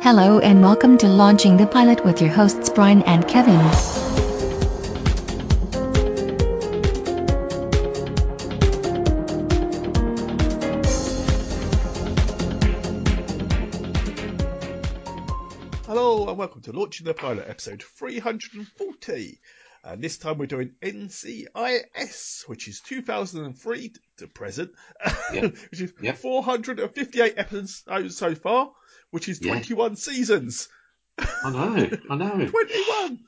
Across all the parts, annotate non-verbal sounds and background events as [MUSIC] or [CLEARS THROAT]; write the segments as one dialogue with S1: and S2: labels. S1: Hello and welcome to Launching the Pilot with your hosts Brian and Kevin.
S2: Hello and welcome to Launching the Pilot, episode 340. And this time we're doing NCIS, which is 2003 to present,
S3: Yep.
S2: [LAUGHS] which is
S3: Yep.
S2: 458 episodes so far, which is
S3: Yeah.
S2: 21 seasons.
S3: I know, I know,
S2: 21!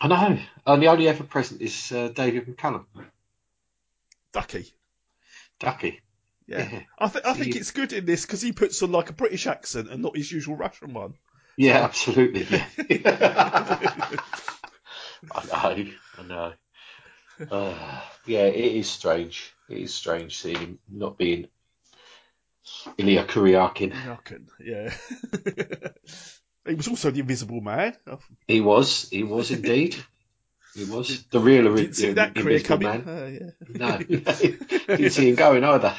S3: I know. And the only ever present is uh, David McCallum,
S2: Ducky.
S3: Ducky.
S2: Yeah. I, th- I
S3: So
S2: think
S3: you-
S2: it's good in this because he puts on like a British accent and not his usual Russian one.
S3: Yeah, absolutely. Yeah. [LAUGHS] I know, I know. Uh, yeah, it is strange. It is strange seeing him not being Ilya Kuryakin.
S2: Ruckin, yeah. [LAUGHS] he was also the Invisible Man. I
S3: He was, he was indeed. He was the real ori-
S2: didn't see that career
S3: Invisible
S2: coming.
S3: Man.
S2: Uh, yeah. [LAUGHS]
S3: No, [LAUGHS] didn't see him going either.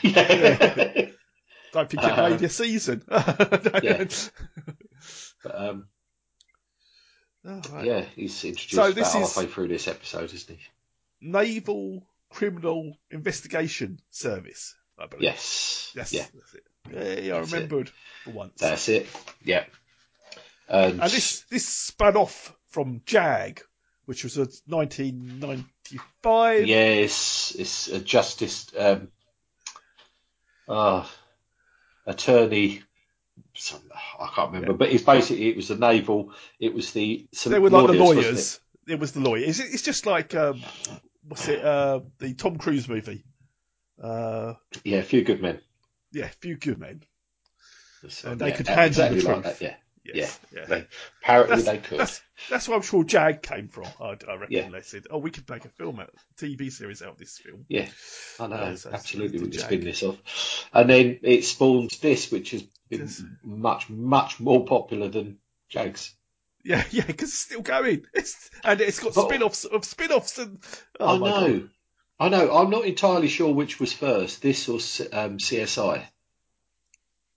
S2: Don't think it
S3: Uh,
S2: made a season. [LAUGHS]
S3: yeah. [LAUGHS] But, um,
S2: Oh, right.
S3: yeah, he's introduced
S2: So
S3: about
S2: this is-
S3: halfway through this episode, isn't he?
S2: Naval Criminal Investigation Service, I believe.
S3: Yes.
S2: Yes,
S3: Yeah,
S2: that's it. Hey, I
S3: That's it.
S2: remembered for once.
S3: that's it. Yeah. And,
S2: And this this spun off from JAG, which was a 1995.
S3: yes, it's a justice um, uh, attorney. Some, I can't remember, but it's basically it was the naval. It was the so
S2: They were like the
S3: wasn't it?
S2: lawyers. It? was the lawyers. It's, it's just like um, what's it? Uh, the Tom Cruise movie. Uh,
S3: Yeah, a few good men.
S2: yeah, Few Good Men.
S3: So,
S2: And they
S3: yeah,
S2: could
S3: that-
S2: handle
S3: exactly
S2: the
S3: like
S2: truth.
S3: that. Yeah,
S2: Yes, yeah.
S3: They- apparently
S2: That's-
S3: they could.
S2: That's that's where I'm sure Jag came from. I, I reckon
S3: Yeah.
S2: they said, "Oh, we could make a film, out, TV series out of this film."
S3: Yeah, I know,
S2: Uh, so it's-
S3: absolutely.
S2: it's
S3: We
S2: the
S3: can
S2: Jag.
S3: spin this off, and then it spawned this, which has been
S2: Yes.
S3: much, much more popular than Jags.
S2: Yeah, [LAUGHS] yeah, because it's still going. It's and it's got
S3: But-
S2: spin-offs of spin-offs and oh
S3: I
S2: my
S3: know,
S2: God.
S3: I know. I'm not entirely sure which was first, this or C- um, CSI.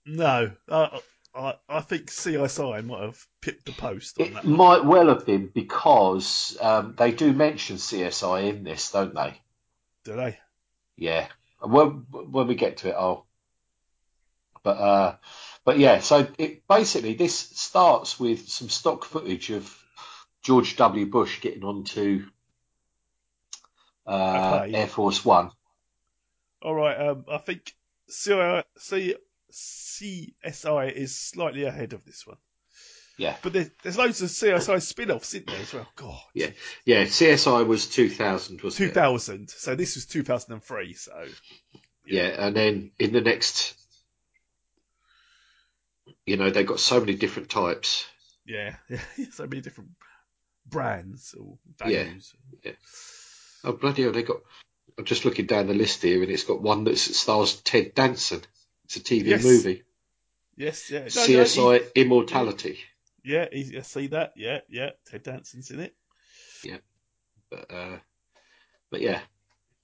S2: No, uh, I I think CSI might have pipped the post on
S3: It
S2: that.
S3: might well have been because um, they do mention CSI in this, don't they?
S2: Do they?
S3: Yeah. And When when we get to it, I'll. But uh, but yeah. So it basically this starts with some stock footage of George W. Bush getting onto uh,
S2: Okay.
S3: Air Force One.
S2: All right. Um, I think CSI, CSI is slightly ahead of this one,
S3: Yeah.
S2: but there's, there's loads of CSI spin-offs in there as well. God,
S3: Yeah. Yeah. CSI was two thousand, wasn't it?
S2: 2000. So this was 2003. So
S3: Yeah. And then in the next, you know, they've got so many different types.
S2: yeah, [LAUGHS] so many different brands or values.
S3: Oh bloody hell! They got. I'm just looking down the list here, and it's got one that stars Ted Danson. It's a TV
S2: Yes.
S3: movie.
S2: Yes, yeah. No, no,
S3: CSI
S2: he-
S3: Immortality.
S2: Yeah, easy to see that. Yeah, yeah. Ted Danson's in it.
S3: But, uh, but yeah.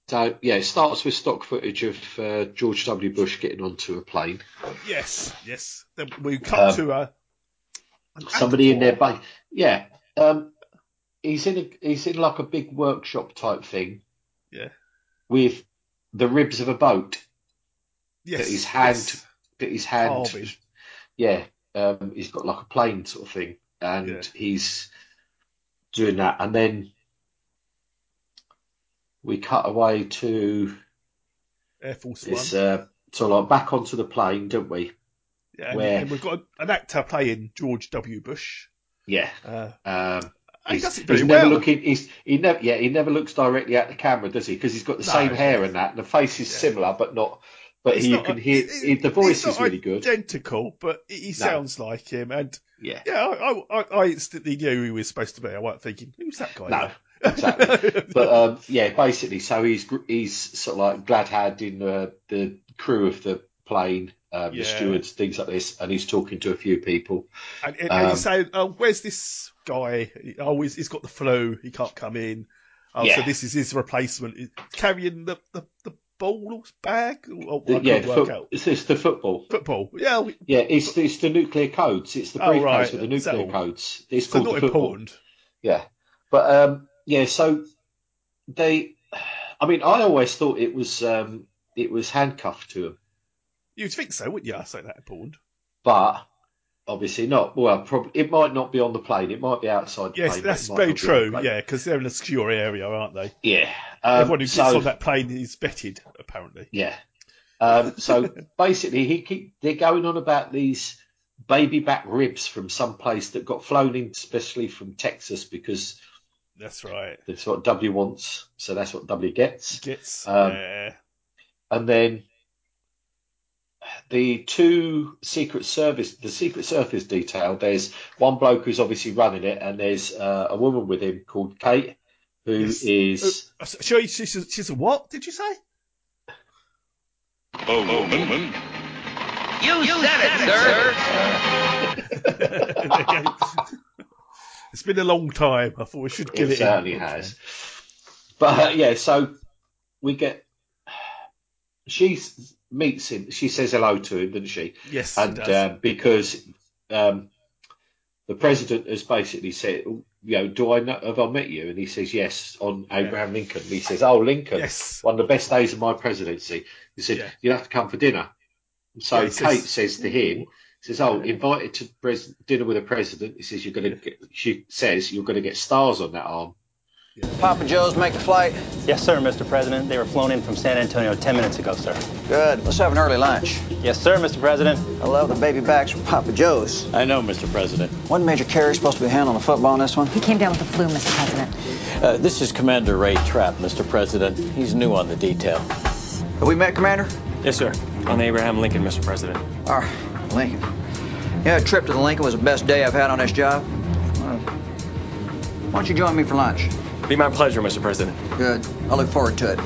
S3: So yeah, it starts with stock footage of uh, George W. Bush getting onto a plane.
S2: Yes, yes. Then we cut
S3: Um,
S2: to a an
S3: Somebody in their
S2: abattoir.
S3: ba- yeah. Um, he's in a he's in like a big workshop type thing.
S2: Yeah.
S3: With the ribs of a boat
S2: Yes,
S3: his hand-
S2: yes.
S3: that his hand.
S2: Carving.
S3: Yeah. Um, he's got like a plane sort of thing, and
S2: Yeah.
S3: he's doing that, and then we cut away to
S2: Air Force One.
S3: It's uh, sort of like back onto the plane, don't we?
S2: Yeah, and,
S3: where-
S2: and we've got an actor playing George W. Bush.
S3: Yeah.
S2: Uh,
S3: Um,
S2: and he
S3: he's-
S2: does it very
S3: he's
S2: well.
S3: never looking. He's he never. Yeah, he never looks directly at the camera, does he? Because he's got the
S2: No.
S3: same hair and that, and the face is
S2: Yeah.
S3: similar, but not. But
S2: It's
S3: he, you
S2: not-
S3: can hear
S2: it-
S3: he- the
S2: it's
S3: voice
S2: not
S3: is really good.
S2: Identical, but he he
S3: No.
S2: sounds like him. And
S3: Yeah.
S2: yeah, I, I, I instantly knew who he was supposed to be. I wasn't thinking, who's that guy?
S3: No.
S2: [LAUGHS]
S3: Exactly. But um, yeah, basically, so he's gr- he's sort of like Gladhand in the the crew of the plane, um, the
S2: Yeah.
S3: stewards, things like this, and he's talking to a few people.
S2: And, and, and
S3: Um,
S2: he's saying, oh, where's this guy? Oh, he's, he's got the flu. He can't come in. Oh, so
S3: Yeah.
S2: this is his replacement. He's carrying the, the, the balls bag? Oh,
S3: The-
S2: I
S3: yeah,
S2: couldn't
S3: the
S2: work
S3: foot,
S2: out.
S3: it's, it's the football.
S2: Football. Yeah, we-
S3: Yeah, it's the, it's the nuclear codes. It's the
S2: Oh,
S3: briefcase
S2: right,
S3: with the nuclear
S2: settled.
S3: codes. It's
S2: so
S3: called
S2: not
S3: the football.
S2: important.
S3: Yeah, but um, yeah. So they, I mean, I always thought it was um, it was handcuffed to him,
S2: You'd think so, wouldn't you? I say that important.
S3: but obviously not. Well, probably it might not be on the plane. It might be outside the
S2: Yes,
S3: plane. but it
S2: that's
S3: might
S2: very
S3: not be on the
S2: true.
S3: plane.
S2: Yeah, because they're in a secure area, aren't they?
S3: yeah. Um,
S2: Everyone who gets
S3: so
S2: on that plane is vetted, apparently.
S3: yeah. Um,
S2: [LAUGHS]
S3: so basically, he keep they're going on about these baby back ribs from some place that got flown in especially from Texas because
S2: That's right.
S3: that's what W wants, so that's what W gets.
S2: Gets
S3: Um,
S2: yeah.
S3: And then the two Secret Service, the Secret Service detail. There's one bloke who's obviously running it, and there's uh, a woman with him called Kate, who
S2: Yes.
S3: is
S2: Uh, Sorry, she's, a- she's a what? Did you say? [LAUGHS]
S4: A woman.
S5: You said it, sir.
S2: it's been a long time. I thought we should Oh, give
S3: it
S2: it.
S3: certainly
S2: in.
S3: has. But uh, yeah, so we get she s- meets him. She says hello to him, doesn't she?
S2: Yes, it
S3: and
S2: does.
S3: um, because um, the president has basically said, you know, do I know, have I met you? And he says yes on Abraham Lincoln. And he says, oh, Lincoln,
S2: yes.
S3: one of the best days of my presidency. He said,
S2: Yeah.
S3: you'll have to come for dinner. And so
S2: Yeah, he
S3: Kate
S2: says-
S3: says to him, says, oh, invited to pres- dinner with a president. He says, you're going to. get She says, you're going to get stars on that arm.
S6: Papa Joe's make the flight.
S7: Yes, sir, Mr. President. They were flown in from San Antonio 10 minutes ago, sir.
S6: Good. Let's have an early lunch.
S7: Yes, sir, Mr. President.
S6: I love the baby backs from Papa Joe's.
S7: I know, Mr. President.
S6: One major carrier supposed to be handling the football in this one.
S8: He came down with the flu, Mr. President.
S9: Uh, this is Commander Ray Trapp, Mr. President. He's new on the detail.
S6: Have we met, Commander?
S10: Yes, sir. On Abraham Lincoln, Mr. President.
S6: All right, Lincoln. Yeah, a trip to the Lincoln was the best day I've had on this job. Well, why don't you join me for lunch?
S10: Be my pleasure, Mr. President.
S6: Good. I look forward to it.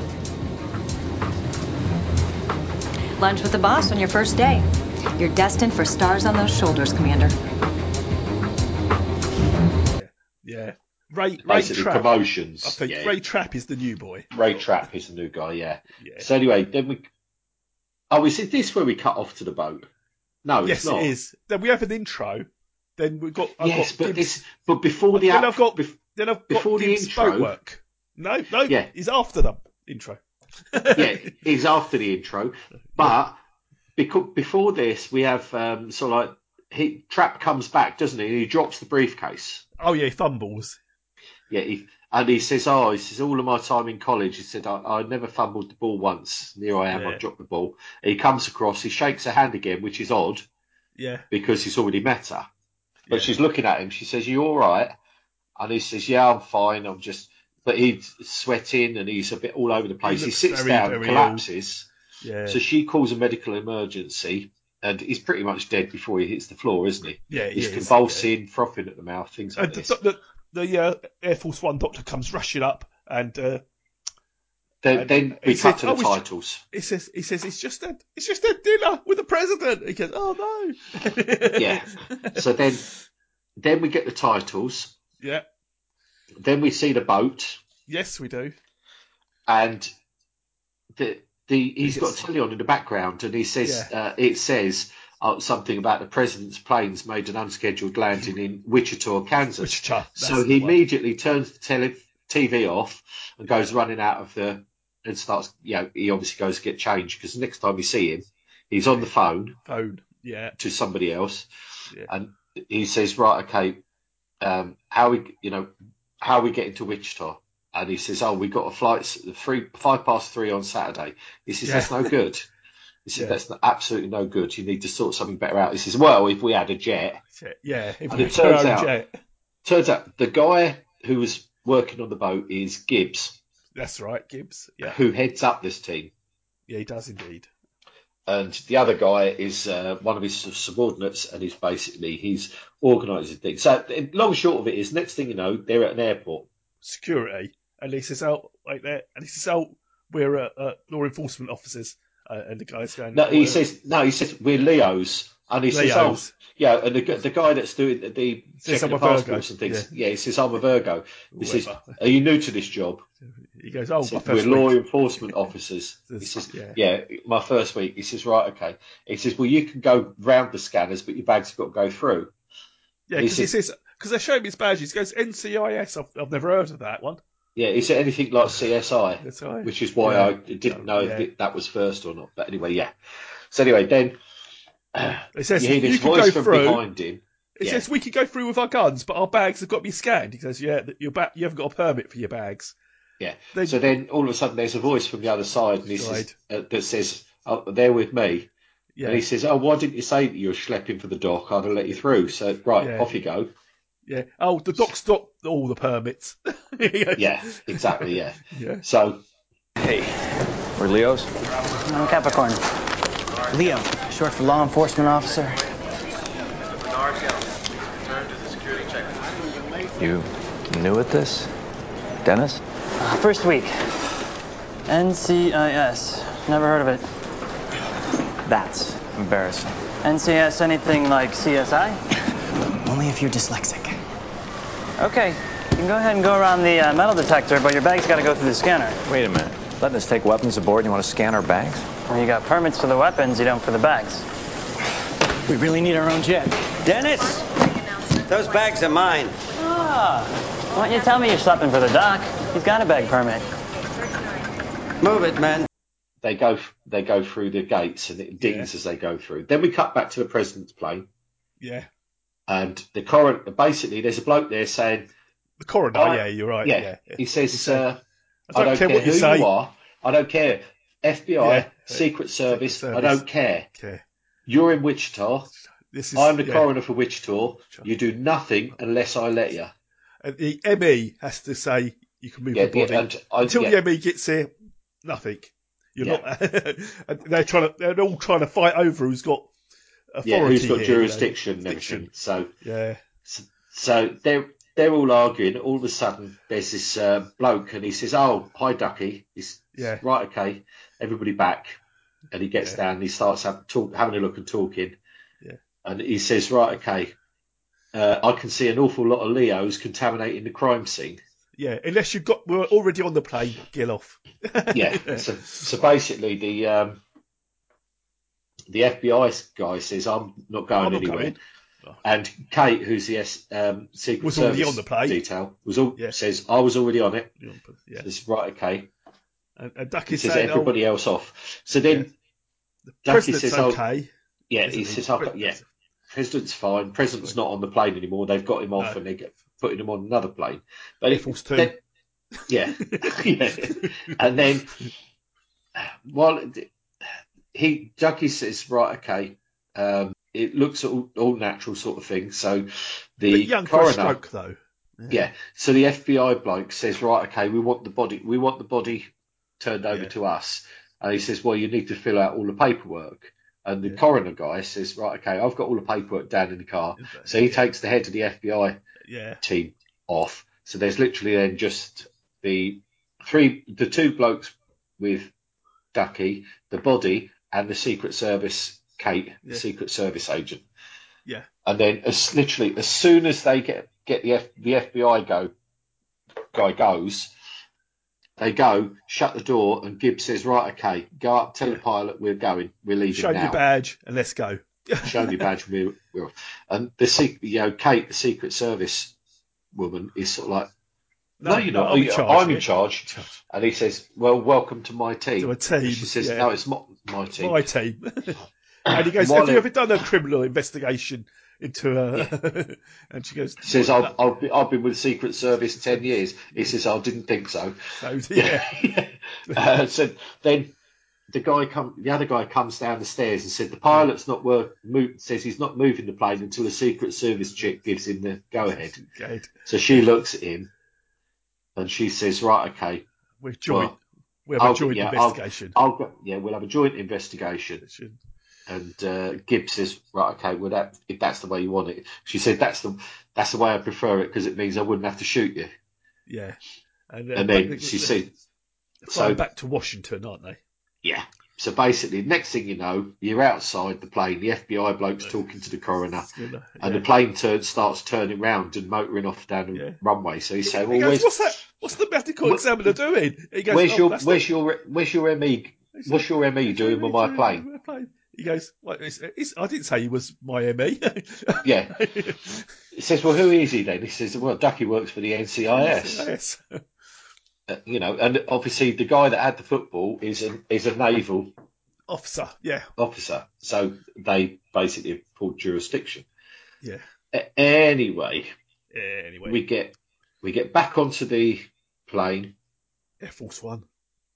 S8: Lunch with the boss on your first day. You're destined for stars on those shoulders, Commander.
S2: Yeah. Ray, Ray
S3: Basically,
S2: Trapp.
S3: promotions.
S2: I think
S3: yeah.
S2: Ray Trapp is the new boy.
S3: Ray Trapp is the new guy. Yeah.
S2: Yeah.
S3: So anyway, then we. Oh, is it this where we cut off to the boat? No, it's
S2: yes,
S3: not.
S2: it is. Then we have an intro. Then we've got. I've
S3: yes,
S2: got
S3: but
S2: Dim's-
S3: this, but before the
S2: Then
S3: act-
S2: I've got-
S3: bef-
S2: Then I've got
S3: before the
S2: Dim's
S3: intro-
S2: boat work. No, no.
S3: Yeah.
S2: He's after the intro.
S3: yeah, it's after the intro, but because before this we have um, sort of like he Trap comes back, doesn't he? And he drops the briefcase.
S2: Oh yeah, he fumbles.
S3: Yeah, he, and he says, "Oh, he says all of my time in college." He said, "I, I never fumbled the ball once. And Here I am.
S2: Yeah.
S3: I dropped the ball." He comes across, he shakes her hand again, which is odd.
S2: Yeah.
S3: because he's already met her. But
S2: Yeah.
S3: she's looking at him. She says, "You all right?" And he says, "Yeah, I'm fine. I'm just." But he's sweating and he's a bit all over the place. He,
S2: looks
S3: sits
S2: very,
S3: down,
S2: very
S3: collapses.
S2: Yeah.
S3: So she calls a medical emergency, and he's pretty much dead before he hits the floor, isn't he?
S2: yeah. he
S3: He's
S2: is, yeah. Uh,
S3: convulsing, frothing at the mouth, things like
S2: And the,
S3: this.
S2: the, the uh, Air Force One doctor comes rushing up and uh,
S3: Then, then we
S2: He said,
S3: cut to the
S2: "Oh, we should-
S3: titles.
S2: he says he says it's just a it's just a dinner with the president. He goes, oh no.
S3: [LAUGHS] Yeah. so then, then we get the titles.
S2: [LAUGHS] Yeah.
S3: Then we see the boat.
S2: [LAUGHS] Yes, we do.
S3: and the the he's got telly on in the background, and he says uh, it says uh, something about the president's planes made an unscheduled landing in Wichita, Kansas.
S2: Wichita, uh, that's
S3: so
S2: the
S3: he
S2: one.
S3: immediately turns the tele- TV off and goes running out of the and starts. You know, he obviously goes to get changed because next time you see him, he's on the phone
S2: Phone. Yeah.
S3: to somebody else,
S2: Yeah.
S3: and he says, "Right, okay, um, how we, you know, how we getting to Wichita?" And he says, "Oh, we got a flight s- three five past three on Saturday." He says, "That's no good." He says,
S2: Yeah.
S3: "That's no- absolutely no good. You need to sort something better out." He says, "Well, if we had a jet."
S2: Yeah. If
S3: And
S2: we
S3: it
S2: had our
S3: turns
S2: own
S3: out-
S2: jet.
S3: Turns out the guy who was working on the boat is Gibbs,
S2: That's right, Gibbs. Yeah.
S3: who heads up this team.
S2: Yeah, he does indeed.
S3: and the other guy is uh, one of his subordinates, and he's basically he's organising things. So, in- long and short of it is, next thing you know, they're at an airport.
S2: Security. And he says, oh, wait there. And he says, oh, we're uh, uh, law enforcement officers. Uh, and the guy's going,
S3: No, he
S2: "Well,
S3: says no. He says we're Leos, and he says,
S2: Leos.
S3: oh, yeah. And the, gu- the guy that's doing the, the
S2: Says
S3: checking
S2: I'm
S3: the
S2: a Virgo,
S3: passports and things, yeah. he says I'm a Virgo. He says,
S2: Whatever.
S3: are you new to this job?
S2: He goes, "Oh,
S3: So
S2: my
S3: we're
S2: first
S3: law
S2: week."
S3: enforcement
S2: [LAUGHS]
S3: officers.
S2: This-
S3: He says,
S2: yeah.
S3: yeah. my first week. He says, right, okay. He says, well, you can go round the scanners, but your bag's got to go through.
S2: Yeah,
S3: He
S2: because he
S3: says-
S2: says because they show him his badge. He goes, "NCIS." I've, I've never heard of that one.
S3: Yeah, is it anything like CSI?
S2: That's all right.
S3: Which is why
S2: Yeah.
S3: I didn't know
S2: Yeah.
S3: if that was first or not. But anyway, yeah. So anyway, then
S2: He says,
S3: you
S2: "You,
S3: hear this
S2: can
S3: voice
S2: go
S3: from
S2: through."
S3: behind him.
S2: He
S3: yeah.
S2: says, "We can go through with our guns, but our bags have got to be scanned." He says, "Yeah, th- your ba- you haven't got a permit for your bags."
S3: Yeah.
S2: They-
S3: so then all of a sudden there's a voice from the other side and he says, uh, that says, oh, they're with me.
S2: Yeah,
S3: And he says, oh, why didn't you say that you were schlepping for the dock? I'd have let you through. So, right,
S2: Yeah.
S3: off you go.
S2: yeah. Oh, the doc's got all the permits. [LAUGHS]
S3: Yeah, exactly, yeah.
S2: Yeah.
S3: So
S6: We're Leos.
S7: I'm Capricorn. Leo, short for law enforcement officer.
S6: You new at this? Dennis?
S7: Uh, first week. NCIS. Never heard of it. That's embarrassing. NCIS anything like CSI?
S4: Only if you're dyslexic.
S7: Okay, you can go ahead and go around the uh, metal detector, but your bag's got to go through the scanner.
S6: Wait a minute. Letting us take weapons aboard and you want to scan our bags?
S7: Well, you got permits for the weapons, you don't for the bags.
S4: We really need our own jet.
S11: Dennis! Those bags are mine.
S7: Ah, why don't you tell me you're stopping for the doc? He's got a bag permit.
S11: Move it, man.
S3: they go they go through the gates and it dings as they go through. Then we cut back to the president's plane
S2: yeah.
S3: and the coroner. Basically, there's a bloke there saying,
S2: The coroner.
S3: I-
S2: yeah, you're right.
S3: "Yeah."
S2: Yeah.
S3: He says, uh,
S2: I
S3: "I
S2: don't
S3: don't
S2: care
S3: care,
S2: what you
S3: who
S2: say."
S3: you are. I don't care. FBI,
S2: Yeah.
S3: Secret Service, I
S2: Service.
S3: don't care.
S2: Okay.
S3: You're in Wichita.
S2: This is.
S3: I'm the
S2: yeah.
S3: coroner for Wichita. You do nothing unless I let you."
S2: And the ME has to say you can move
S3: Yeah,
S2: the body
S3: yeah, and I-
S2: until the
S3: yeah.
S2: ME gets here. Nothing. You're
S3: Yeah.
S2: not. [LAUGHS] and they're trying to. They're all trying to fight over who's got authority.
S3: Yeah, who's got
S2: here,
S3: jurisdiction
S2: You
S3: and
S2: know,
S3: everything? So,
S2: Yeah.
S3: so they're they're all arguing. All of a sudden, there's this uh, bloke, and he says, "Oh, hi, Ducky." He's
S2: Yeah.
S3: right, okay, everybody back. And he gets
S2: Yeah.
S3: down and he starts have, talk, having a look and talking.
S2: Yeah.
S3: And he says, right, okay, uh, I can see an awful lot of Leos contaminating the
S2: [LAUGHS]
S3: crime scene.
S2: Yeah. Unless you've got, we're already on the plane. Get off.
S3: Yeah. so, so basically, the um, the FBI guy says, I'm not going
S2: I'm not
S3: anywhere.
S2: going.
S3: And Kate, who's the S, um, Secret
S2: Was already
S3: Service
S2: on the plane.
S3: detail, was all,
S2: Yeah.
S3: says, I was already on it.
S2: Yeah.
S3: Says, right, okay.
S2: And, and Ducky oh,
S3: He says,
S2: saying,
S3: everybody else off. So then
S2: "Oh,
S3: Ducky
S2: president's
S3: says, "Oh,
S2: okay."
S3: Yeah,
S2: isn't
S3: he
S2: he?
S3: says, "I've got- yeah, President's fine. President's not on the plane anymore. They've got him off
S2: No.
S3: and they're putting him on another plane. But
S2: Air
S3: if-
S2: Force
S3: [LAUGHS]
S2: Two.
S3: then-
S2: [LAUGHS]
S3: yeah. [LAUGHS] yeah. And then, well, he, Ducky says, right, okay. Um, it looks all, all natural sort of thing. So
S2: But
S3: the
S2: young for a
S3: coroner,
S2: stroke though.
S3: yeah. So the FBI bloke says, right, okay, we want the body, we want the body turned over
S2: Yeah.
S3: to us. And he says, well, you need to fill out all the paperwork. And the coroner guy says, right, okay, I've got all the paperwork down in the car. So he takes the head of the FBI
S2: Yeah.
S3: team off. So there's literally then just the three, the two blokes with Ducky, the body, and the Secret Service Kate,
S2: Yeah.
S3: the Secret Service agent.
S2: Yeah.
S3: And then as literally as soon as they get get the F, the FBI go guy goes, they go shut the door and Gibbs says right okay go up tell the pilot we're going we're leaving
S2: Show
S3: now.
S2: your badge and let's go.
S3: Show me badge. We're, we're off. and the secret, you know, Kate, the Secret Service woman, is sort of like, no, you're not. Oh,
S2: I'm in charge.
S3: I'm in charge. And he says, well, welcome to my team.
S2: To a team,
S3: And she says,
S2: yeah.
S3: no, it's not my team.
S2: My team. [LAUGHS]
S3: [LAUGHS]
S2: and he goes,
S3: While
S2: Have you
S3: it-
S2: ever done a criminal investigation into a. [LAUGHS] and she goes,
S3: He says,
S2: "No."
S3: I've, I've, been, I've been with the Secret Service 10 years. He says, I didn't think so.
S2: So, yeah.
S3: [LAUGHS] Uh, so then the guy come, the other guy comes down the stairs and said, the pilot's not work, move, says he's not moving the plane until the Secret Service chick gives him the go ahead.
S2: Good.
S3: So she looks at him and she says, Right, okay,
S2: We're joint.
S3: Well,
S2: we have a
S3: I'll-
S2: joint
S3: yeah, I'll-
S2: investigation.
S3: I'll go, yeah, we'll have a joint investigation. And uh, Gibbs says, Right, okay, well, that, if that's the way you want it. She said, That's the that's the way I prefer it because it means I wouldn't have to shoot you.
S2: yeah. uh,
S3: And then she said,
S2: So
S3: So,
S2: back to Washington, aren't they?
S3: Yeah. So basically, next thing you know, you're outside the plane. The FBI bloke's talking to the coroner,
S2: Yeah.
S3: and the plane turn, starts turning round and motoring off down the runway. So he's saying,
S2: He
S3: "Well,
S2: goes,
S3: where's,
S2: what's that? What's the medical examiner doing? He goes,
S3: where's
S2: "Oh,
S3: your
S2: that's
S3: where's your where's your ME what's your
S2: E
S3: ME doing with my plane?"
S2: the plane. He goes, well, it's, it's, I didn't say he was my E." [LAUGHS] ME.
S3: Yeah. He says, "Well, who is he then?" He says, "Well, Ducky works for the NCIS."
S2: Yes.
S3: Uh, you know, and obviously the guy that had the football is a is a naval
S2: Officer. Yeah.
S3: officer, so they basically pulled jurisdiction.
S2: Yeah.
S3: A- Anyway,
S2: Anyway.
S3: we get we get back onto the plane.
S2: Air Force One.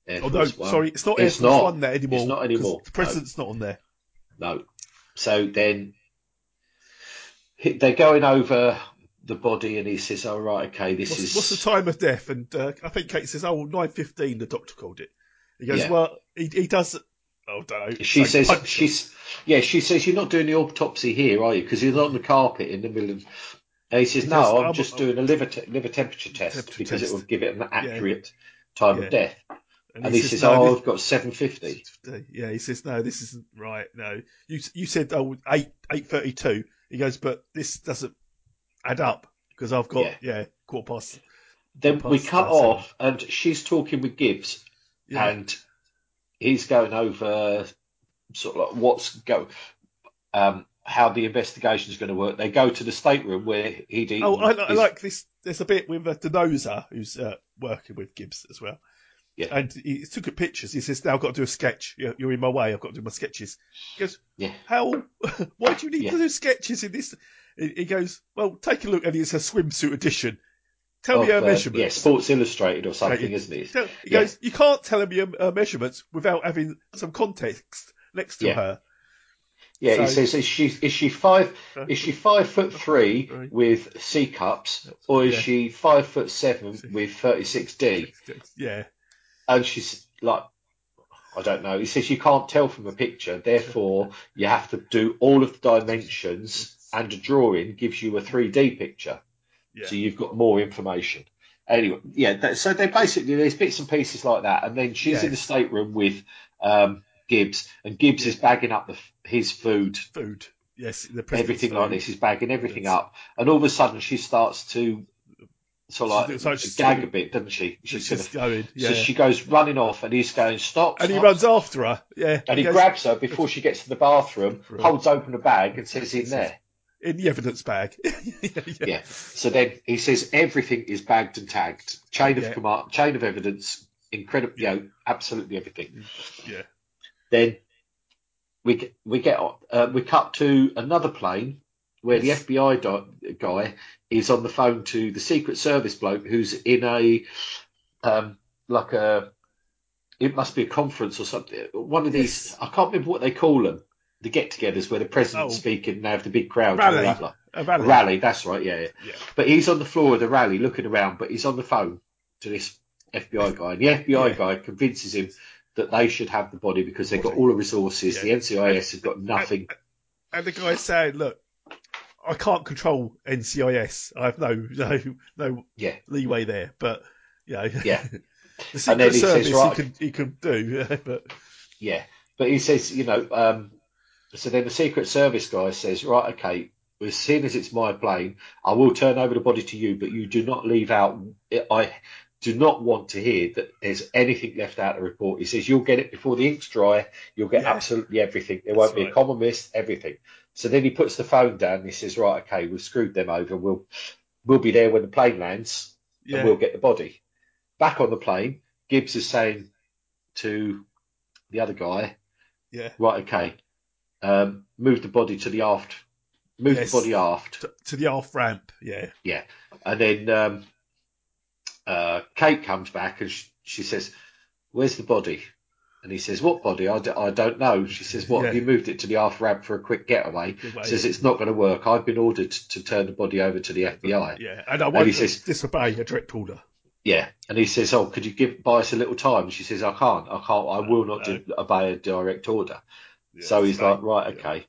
S3: Air
S2: oh, no,
S3: Force One.
S2: sorry. It's not Air Force
S3: not.
S2: One there anymore.
S3: It's not
S2: 'cause
S3: anymore.
S2: The president's not on there.
S3: No. So then he- they're going over the body, and he says, "All right, okay, this
S2: What's,
S3: is
S2: what's the time of death? And uh, I think Kate says, oh, 9.15, the doctor called it. He goes,
S3: Yeah.
S2: well, he, he does. Oh, don't know.
S3: She
S2: It's like
S3: says
S2: punch-
S3: she's yeah. She says you're not doing the autopsy here, are you? Because you're on the carpet in the middle. Of, and he says
S2: He
S3: no,
S2: says,
S3: I'm,
S2: I'm-
S3: just doing a liver te- liver temperature test because
S2: test.
S3: it will give it an accurate time
S2: Yeah.
S3: of death.
S2: And
S3: And,
S2: he
S3: he,
S2: says,
S3: says,
S2: "No,
S3: oh,
S2: this-
S3: I've got 750.
S2: Yeah, he says, no, this isn't right. No, you you said oh, 8, 8.32. He goes, but this doesn't add up because I've got, yeah,
S3: Yeah.
S2: quarter past.
S3: Then
S2: quarter
S3: we
S2: past,
S3: cut
S2: uh, seven.
S3: off, and she's talking with Gibbs,
S2: Yeah.
S3: and he's going over sort of like what's go, um, how the investigation's going to work. They go to the stateroom where he'd eaten
S2: Oh, I, li- I
S3: his-
S2: like this. There's a bit with uh, Denoza who's uh, working with Gibbs as well.
S3: Yeah.
S2: And he took at pictures. He says, now I've got to do a sketch. You're, you're in my way. I've got to do my sketches. He goes,
S3: Yeah.
S2: how, [LAUGHS] why do you need
S3: Yeah.
S2: to do sketches in this? He he goes, well, take a look. And it's a swimsuit edition. Tell me
S3: of,
S2: her
S3: uh,
S2: measurements.
S3: Yeah, Sports Illustrated or something,
S2: Right.
S3: isn't it?
S2: Tell- he
S3: Yeah.
S2: goes, you can't tell him your uh, measurements without having some context next to
S3: Yeah.
S2: her.
S3: Yeah, he
S2: So-
S3: says is she is she five is she five foot three
S2: Right.
S3: with C cups or is
S2: Yeah.
S3: she five foot seven with thirty six D?
S2: Yeah,
S3: And she's like, I don't know. He says you can't tell from a picture, therefore you have to do all of the dimensions, and a drawing gives you a three D picture,
S2: Yeah.
S3: so you've got more information. Anyway, yeah. That, so they basically there's bits and pieces like that, and then she's in the
S2: Yes.
S3: stateroom with um, Gibbs, and Gibbs is bagging up the, f- his food
S2: food. Yes, the president's
S3: everything
S2: food.
S3: like this. He's bagging everything
S2: Yes.
S3: up, and all of a sudden she starts to sort
S2: She
S3: of
S2: looks like
S3: like
S2: she's
S3: gag a
S2: sort of-
S3: bit, doesn't she?
S2: She's
S3: She's gonna.
S2: just going. Yeah.
S3: So she goes running off, and he's going stop,
S2: and he
S3: stop,
S2: runs after her. Yeah.
S3: and he
S2: goes,
S3: grabs her before she gets to the bathroom,
S2: Right.
S3: holds open a bag, and says, "In there."
S2: in the evidence bag. [LAUGHS] yeah.
S3: Yeah. So then he says everything is bagged and tagged. Chain of
S2: Yeah.
S3: command, chain of evidence, incredible. You know, absolutely everything.
S2: Yeah.
S3: Then we get, we get on- uh, we cut to another plane where the FBI do- guy is on the phone to the Secret Service bloke who's in a um, like a it must be a conference or something. One of these I can't remember what they call them. The get-togethers where the president's
S2: Oh.
S3: speaking and they have the big crowd. and all
S2: Rally.
S3: that lot.
S2: A rally.
S3: Rally, that's right, yeah, yeah.
S2: Yeah.
S3: But he's on the floor of the rally looking around, but he's on the phone to this FBI guy. And the FBI
S2: Yeah.
S3: guy convinces him that they should have the body because they've got all the resources.
S2: Yeah.
S3: The NCIS has got nothing.
S2: And the guy's saying, look, I can't control NCIS. I have no [LAUGHS] no no
S3: Yeah.
S2: leeway there. But you know,
S3: Yeah.
S2: [LAUGHS] the
S3: And
S2: Secret
S3: then he
S2: Service
S3: says, right-
S2: he can he can do. [LAUGHS] but
S3: Yeah. But he says, you know, um, so then the Secret Service guy says, right, okay, as soon as it's my plane, I will turn over the body to you, but you do not leave out. I do not want to hear that there's anything left out of the report. He says, you'll get it before the ink's dry. You'll get
S2: Yeah.
S3: absolutely everything. There
S2: That's
S3: won't be
S2: right.
S3: a comma missed, everything. So then he puts the phone down and he says, right, okay, we've screwed them over. We'll, we'll be there when the plane lands
S2: yeah,
S3: and we'll get the body. Back on the plane, Gibbs is saying to the other guy,
S2: yeah.
S3: right, okay, um, move the body to the aft, move
S2: Yes.
S3: the body aft,
S2: To, to the off ramp. Yeah.
S3: yeah. And then um, uh, Kate comes back and she, she says, "Where's the body?" And he says, "What body? I, d- I don't know." She says, "What?
S2: Yeah.
S3: You moved it to the aft ramp for a quick getaway."
S2: Getaway.
S3: Says it's not going to work. I've been ordered to turn the body over to the FBI.
S2: Yeah. And I
S3: And
S2: won't
S3: he says-
S2: disobey a direct order.
S3: Yeah, and he says, "Oh, could you give buy us a little time?" She says, "I can't. I can't. I will not
S2: No.
S3: do, obey a direct order."
S2: Yeah,
S3: so he's
S2: so,
S3: like, "Right,
S2: yeah.
S3: okay."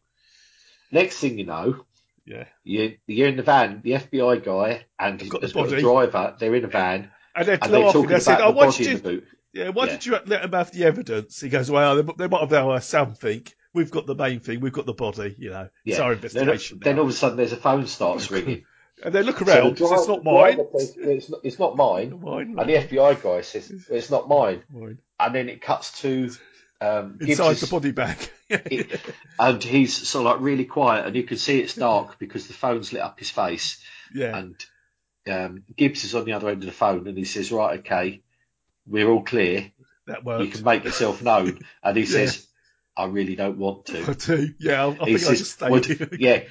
S3: Next thing you know,
S2: Yeah.
S3: you, you're in the van. The FBI guy and
S2: They've
S3: his
S2: got
S3: got
S2: the
S3: got a
S2: body.
S3: driver. They're in a van
S2: And they're
S3: and they're
S2: laughing.
S3: talking
S2: They said,
S3: about
S2: "Oh,
S3: the
S2: why did
S3: body in
S2: you
S3: the boot."
S2: Yeah, why did you let them have the evidence? He goes, well, they, they might have our something. We've got the main thing. We've got the body. You know,
S3: Yeah.
S2: it's our
S3: Then,
S2: investigation.
S3: then all of a sudden, there's a phone starts ringing.
S2: And they look
S3: So the
S2: around.
S3: driver-
S2: it's not
S3: the driver
S2: mine. [LAUGHS]
S3: says, It's not, it's not mine.
S2: mine.
S3: And the FBI guy says, It's not mine.
S2: Mine.
S3: [LAUGHS] And then it cuts to um,
S2: Inside
S3: Gibbs's-
S2: the body
S3: [LAUGHS]
S2: bag.
S3: it- and he's sort of like really quiet, and you can see it's dark because the phone's lit up his face.
S2: Yeah.
S3: And um, Gibbs is on the other end of the phone, and he says, "Right, okay, we're all clear.
S2: That
S3: You
S2: worked.
S3: can make yourself known." And he
S2: [LAUGHS] Yeah.
S3: says, "I really don't want to."
S2: I do. Yeah, I, [LAUGHS] I
S3: He
S2: think I
S3: says,
S2: just stayed [LAUGHS]
S3: "Would-
S2: here.
S3: [LAUGHS] yeah,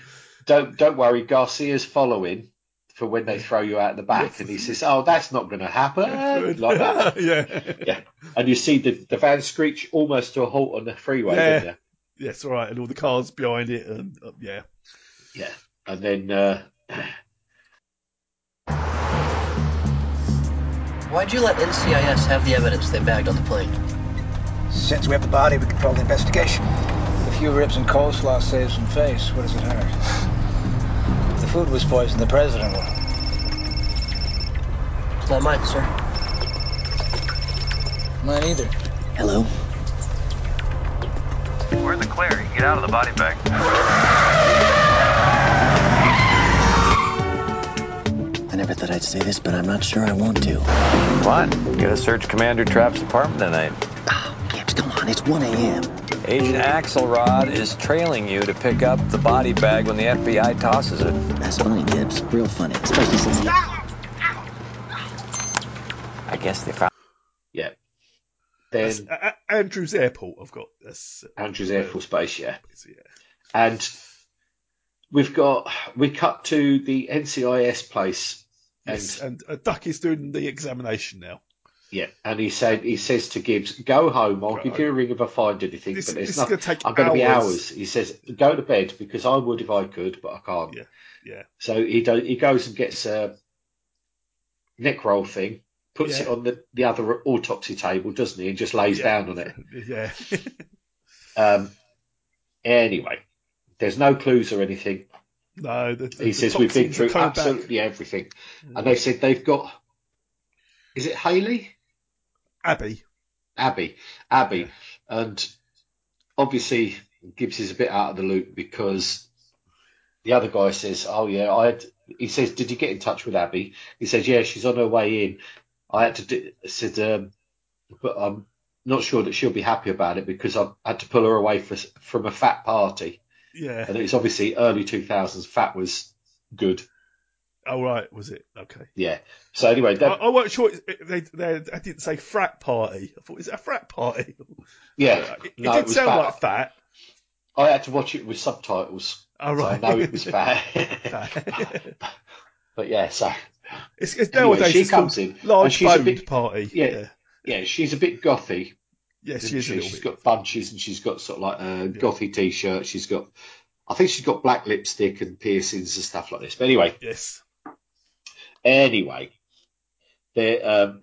S3: don't don't worry, Garcia's following." For when they throw you out the back, and he says, "Oh, that's not going to happen,"
S2: [LAUGHS]
S3: like that.
S2: yeah.
S3: yeah. And you see the, the van screech almost to a halt on the freeway,
S2: Yeah.
S3: don't you?
S2: Yes, all right. And all the cars behind it. And uh, yeah.
S3: Yeah. And then uh,
S12: Why'd you let NCIS have the evidence they bagged on the plane?
S4: Since we have the body, we control the investigation. A few ribs and coleslaw saves some face. What does it hurt? If the food was poisoned, the president would.
S12: It's not mine, sir.
S4: Mine either. Hello?
S13: We're in the clear. Get out of the body bag.
S4: I never thought I'd say this, but I'm not sure I want to.
S13: What? Gonna search Commander Trapp's apartment tonight.
S4: Gibbs, come on, it's 1 a.m.
S13: Agent Axelrod is trailing you to pick up the body bag when the FBI tosses it.
S4: That's funny, Gibbs. Real funny. Especially since.
S13: I guess they found.
S3: Yeah.
S2: That's,
S3: Then-
S2: A- A- Andrews Airport, I've got. That's,
S3: Andrews Air Force Base, yeah. And we've got we cut to the NCIS place, and
S2: yes. And uh, Duck is doing the examination now.
S3: yeah, and he said he says to Gibbs, "Go home. I'll
S2: Go
S3: give
S2: home.
S3: you a ring if I find anything,
S2: This-
S3: but
S2: this is
S3: there's nothing.
S2: gonna take
S3: I'm going to be
S2: hours."
S3: hours." He says, "Go to bed because I would if I could, but I can't."
S2: Yeah. Yeah.
S3: So he do, he goes and gets a neck roll thing, puts
S2: Yeah.
S3: it on the, the other autopsy table, doesn't he, and just lays
S2: Yeah.
S3: down on it.
S2: Yeah. [LAUGHS]
S3: Um, anyway, there's no clues or anything.
S2: no. The, the-
S3: He
S2: the
S3: says we've been
S2: toxins
S3: through
S2: are coming back.
S3: absolutely everything, and they said they've got. Is it Haley?
S2: Abby.
S3: Abby. Abby, and obviously Gibbs is a bit out of the loop because the other guy says, "Oh yeah, I." Had, he says, "Did you get in touch with Abby?" He says, "Yeah, she's on her way in." I had to do, said, um, but I'm not sure that she'll be happy about it because I had to pull her away for, from a fat party,
S2: Yeah.
S3: and it was obviously early 2000s. Fat was good.
S2: Oh, right. Was it? Okay.
S3: Yeah. So anyway,
S2: I,
S3: that,
S2: I wasn't sure. It, it- they, they, I didn't say frat party. I thought, is it a frat party? [LAUGHS]
S3: yeah,
S2: It,
S3: no,
S2: it
S3: it
S2: did
S3: was
S2: sound
S3: fat.
S2: like fat.
S3: I had to watch it with subtitles.
S2: Oh,
S3: so I
S2: right.
S3: know
S2: [LAUGHS]
S3: it was fat. [LAUGHS] but yeah, so
S2: It's, it's
S3: Anyway,
S2: nowadays
S3: she
S2: it's called
S3: comes in, and
S2: large
S3: she's a
S2: boned
S3: bit-
S2: party.
S3: yeah, yeah, she's a bit gothy.
S2: Yes,
S3: isn't
S2: she is a little
S3: She's
S2: bit.
S3: got bunches and she's got sort of like a gothy t-shirt. She's got, I think she's got black lipstick and piercings and stuff like this. But anyway,
S2: Yes,
S3: anyway, they um,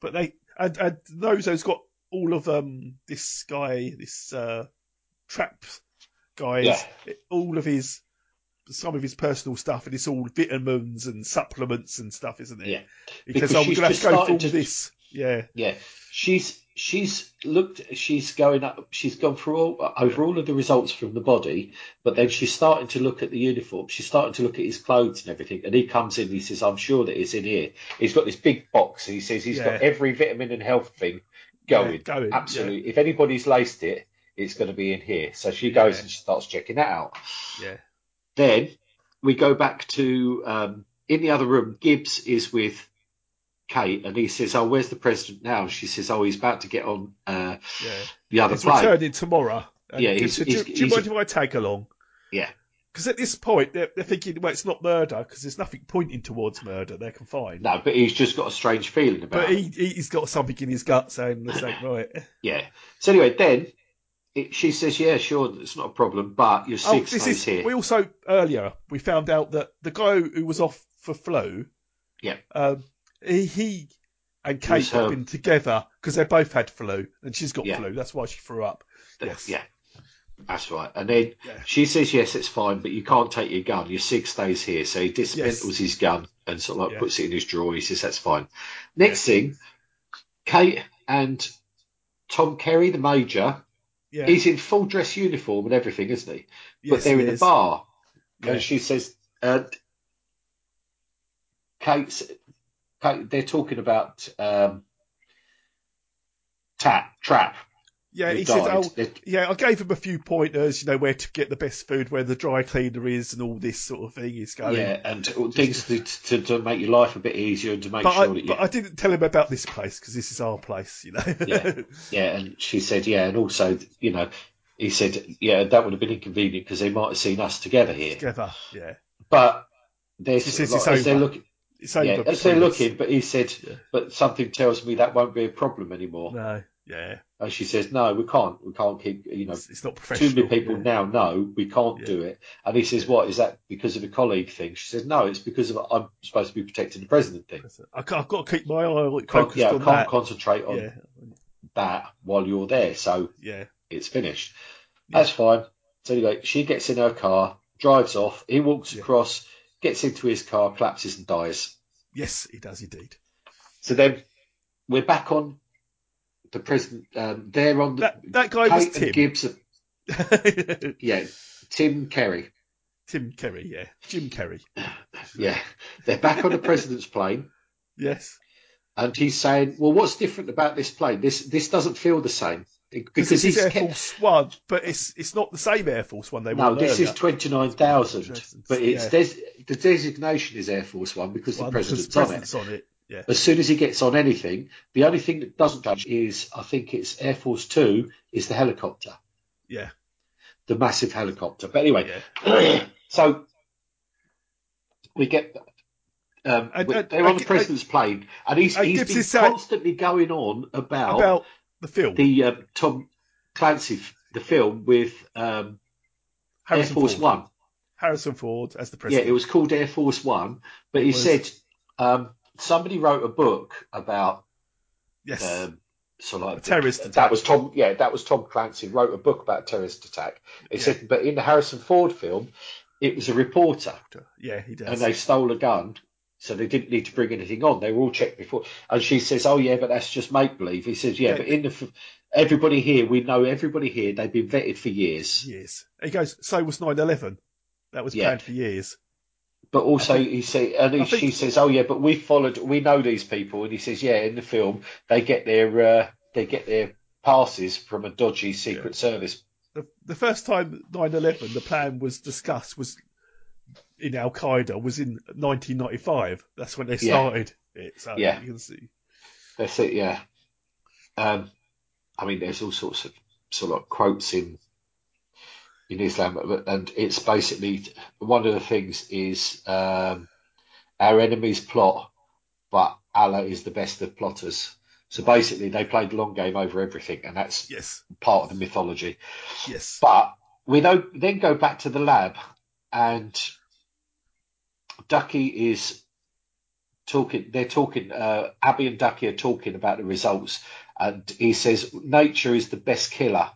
S2: but they and, and Nozo's got all of um this guy, this uh trap guy, all of his some of his personal stuff, and it's all vitamins and supplements and stuff, isn't it?
S3: Yeah.
S2: He
S3: Because
S2: says, "I'm
S3: she's
S2: going to have
S3: just
S2: to go through all
S3: started to-
S2: this." Yeah,
S3: yeah, she's she's looked, she's going up, she's gone through all over all of the results from the body, but then she's starting to look at the uniform. She's starting to look at his clothes and everything. And he comes in, and he says, "I'm sure that it's in here." He's got this big box, and he says he's got
S2: Yeah.
S3: every vitamin and health thing going.
S2: Yeah, going,
S3: Absolutely. If anybody's laced it, it's going to be in here. So she goes and she starts checking that out.
S2: yeah,
S3: Then we go back to um, in the other room. Gibbs is with Kate, and he says, "Oh, where's the president now?" And she says, "Oh, he's about to get on uh,
S2: yeah.
S3: the other
S2: He's
S3: plane."
S2: returning tomorrow. And
S3: Yeah,
S2: he
S3: he's-
S2: said, do,
S3: he's-
S2: do you
S3: he's-
S2: mind if I tag along?
S3: Yeah,
S2: Because at this point, they're, they're thinking, well, it's not murder because there's nothing pointing towards murder. They can find.
S3: no, but he's just got a strange feeling about.
S2: But
S3: it.
S2: he, he's got something in his gut saying this ain't right.
S3: Yeah. So anyway, then it, she says, "Yeah, sure, it's not a problem, but your
S2: Oh,
S3: six
S2: this
S3: stays
S2: is.
S3: here."
S2: We also earlier we found out that the guy who was off for flu,
S3: Yeah.
S2: um, he, he and Kate
S3: was her-
S2: have been together because they both had flu, and she's got
S3: Yeah.
S2: flu. That's why she threw up. Yes.
S3: Yeah. That's right. And then she says, yes, it's fine, but you can't take your gun. Your SIG stays here. So he dismantles
S2: Yes.
S3: his gun and sort of like puts it in his drawer. He says, that's fine. Next thing, Kate and Tom Kerry, the major,
S2: Yeah.
S3: he's in full dress uniform and everything, isn't he?
S2: Yes,
S3: but they're
S2: he
S3: in the
S2: is.
S3: bar,
S2: Yeah.
S3: and she says, uh, Kate's, Kate, they're talking about um, tap, trap.
S2: Yeah,
S3: who
S2: he
S3: died.
S2: said, "Oh,
S3: They're-
S2: yeah." I gave him a few pointers, you know, where to get the best food, where the dry cleaner is, and all this sort of thing is going.
S3: yeah, and things to, to, to make your life a bit easier and to make
S2: but,
S3: sure
S2: I,
S3: that you.
S2: but I didn't tell him about this place because this is our place, you know. [LAUGHS]
S3: yeah, yeah, and she said, yeah, and also, you know, he said, yeah, that would have been inconvenient because they might have seen us together here.
S2: Together, yeah.
S3: But there's
S2: She says
S3: like,
S2: it's
S3: as they're
S2: over.
S3: looking,
S2: It's over
S3: yeah, as
S2: between
S3: they're
S2: us.
S3: looking, but he said, but something tells me that won't be a problem anymore.
S2: No, yeah.
S3: And she says, no, we can't, we can't keep, you know, it's,
S2: not
S3: Too many people now know we can't do it. And he says, what is that because of the colleague thing? She says, no, it's because of I'm supposed to be protecting the president thing.
S2: I can't, I've got to keep my eye
S3: Can't,
S2: focused
S3: yeah, I
S2: on
S3: can't
S2: that.
S3: concentrate on
S2: Yeah.
S3: that while you're there. So
S2: yeah,
S3: it's finished. That's fine. So anyway, she gets in her car, drives off. He walks across, gets into his car, collapses and dies.
S2: Yes, he does indeed.
S3: So then we're back on the president. Um, they're on the, that,
S2: that guy was Tim.
S3: Gibbs. are- yeah, Tim Kerry.
S2: [LAUGHS] Tim Kerry, yeah, Jim Kerry.
S3: Yeah, they're
S2: [LAUGHS]
S3: back on the president's plane.
S2: Yes.
S3: And he's saying, "Well, what's different about this plane? This this doesn't feel the same because
S2: Because it's
S3: he's
S2: Air
S3: kept
S2: Force One, but it's it's not the same Air Force One they were.
S3: No, this
S2: earlier.
S3: is twenty nine thousand, but it's
S2: Yeah.
S3: des- the designation is Air Force One because
S2: One,
S3: the
S2: because
S3: president's,
S2: president's
S3: on it.
S2: on it. Yeah.
S3: As soon as he gets on anything, the only thing that doesn't change is I think it's Air Force Two is the helicopter,
S2: Yeah.
S3: the massive helicopter. But anyway, [CLEARS THROAT] so we get um,
S2: And-
S3: we-
S2: and-
S3: they're on
S2: and-
S3: the president's plane, and he's
S2: and
S3: he's
S2: Gibbs
S3: been
S2: is saying-
S3: constantly going on about,
S2: About the film,
S3: the um, Tom Clancy f- the film with um, Air
S2: Harrison
S3: Force
S2: Ford.
S3: One.
S2: Harrison Ford as the president.
S3: Yeah, it was called Air Force One, but
S2: It
S3: he
S2: was.
S3: said um, somebody wrote a book about
S2: Yes.
S3: um, sort of like
S2: terrorist
S3: That was Tom. Yeah, that was Tom Clancy wrote a book about a terrorist attack. He said, but in the Harrison Ford film, it was a reporter,
S2: Yeah, he does.
S3: and they stole a gun. So they didn't need to bring anything on. They were all checked before. And she says, "Oh yeah, but that's just make believe." He says, "Yeah,
S2: Yeah.
S3: but in the f- everybody here, we know everybody here. They've been vetted for years."
S2: Years. He goes, so was 9 11. That was
S3: Yeah.
S2: planned for years.
S3: But also, he say, and he, she says, "Oh yeah, but we followed, we know these people." And he says, "Yeah, in the film, they get their uh, they get their passes from a dodgy Secret Service."
S2: The, the first time 9 11, the plan was discussed, was in Al Qaeda, was in 1995. That's when they
S3: Yeah.
S2: started it. So
S3: Yeah.
S2: you can see.
S3: That's it, yeah. Um, I mean, there's all sorts of sort of like quotes in in Islam, but- and it's basically one of the things is um, our enemies plot, but Allah is the best of plotters. So basically, they played the long game over everything, and that's
S2: yes.
S3: part of the mythology.
S2: Yes.
S3: But we know, then go back to the lab, and Ducky is talking. They're talking. Uh, Abby and Ducky are talking about the results, and he says nature is the best killer.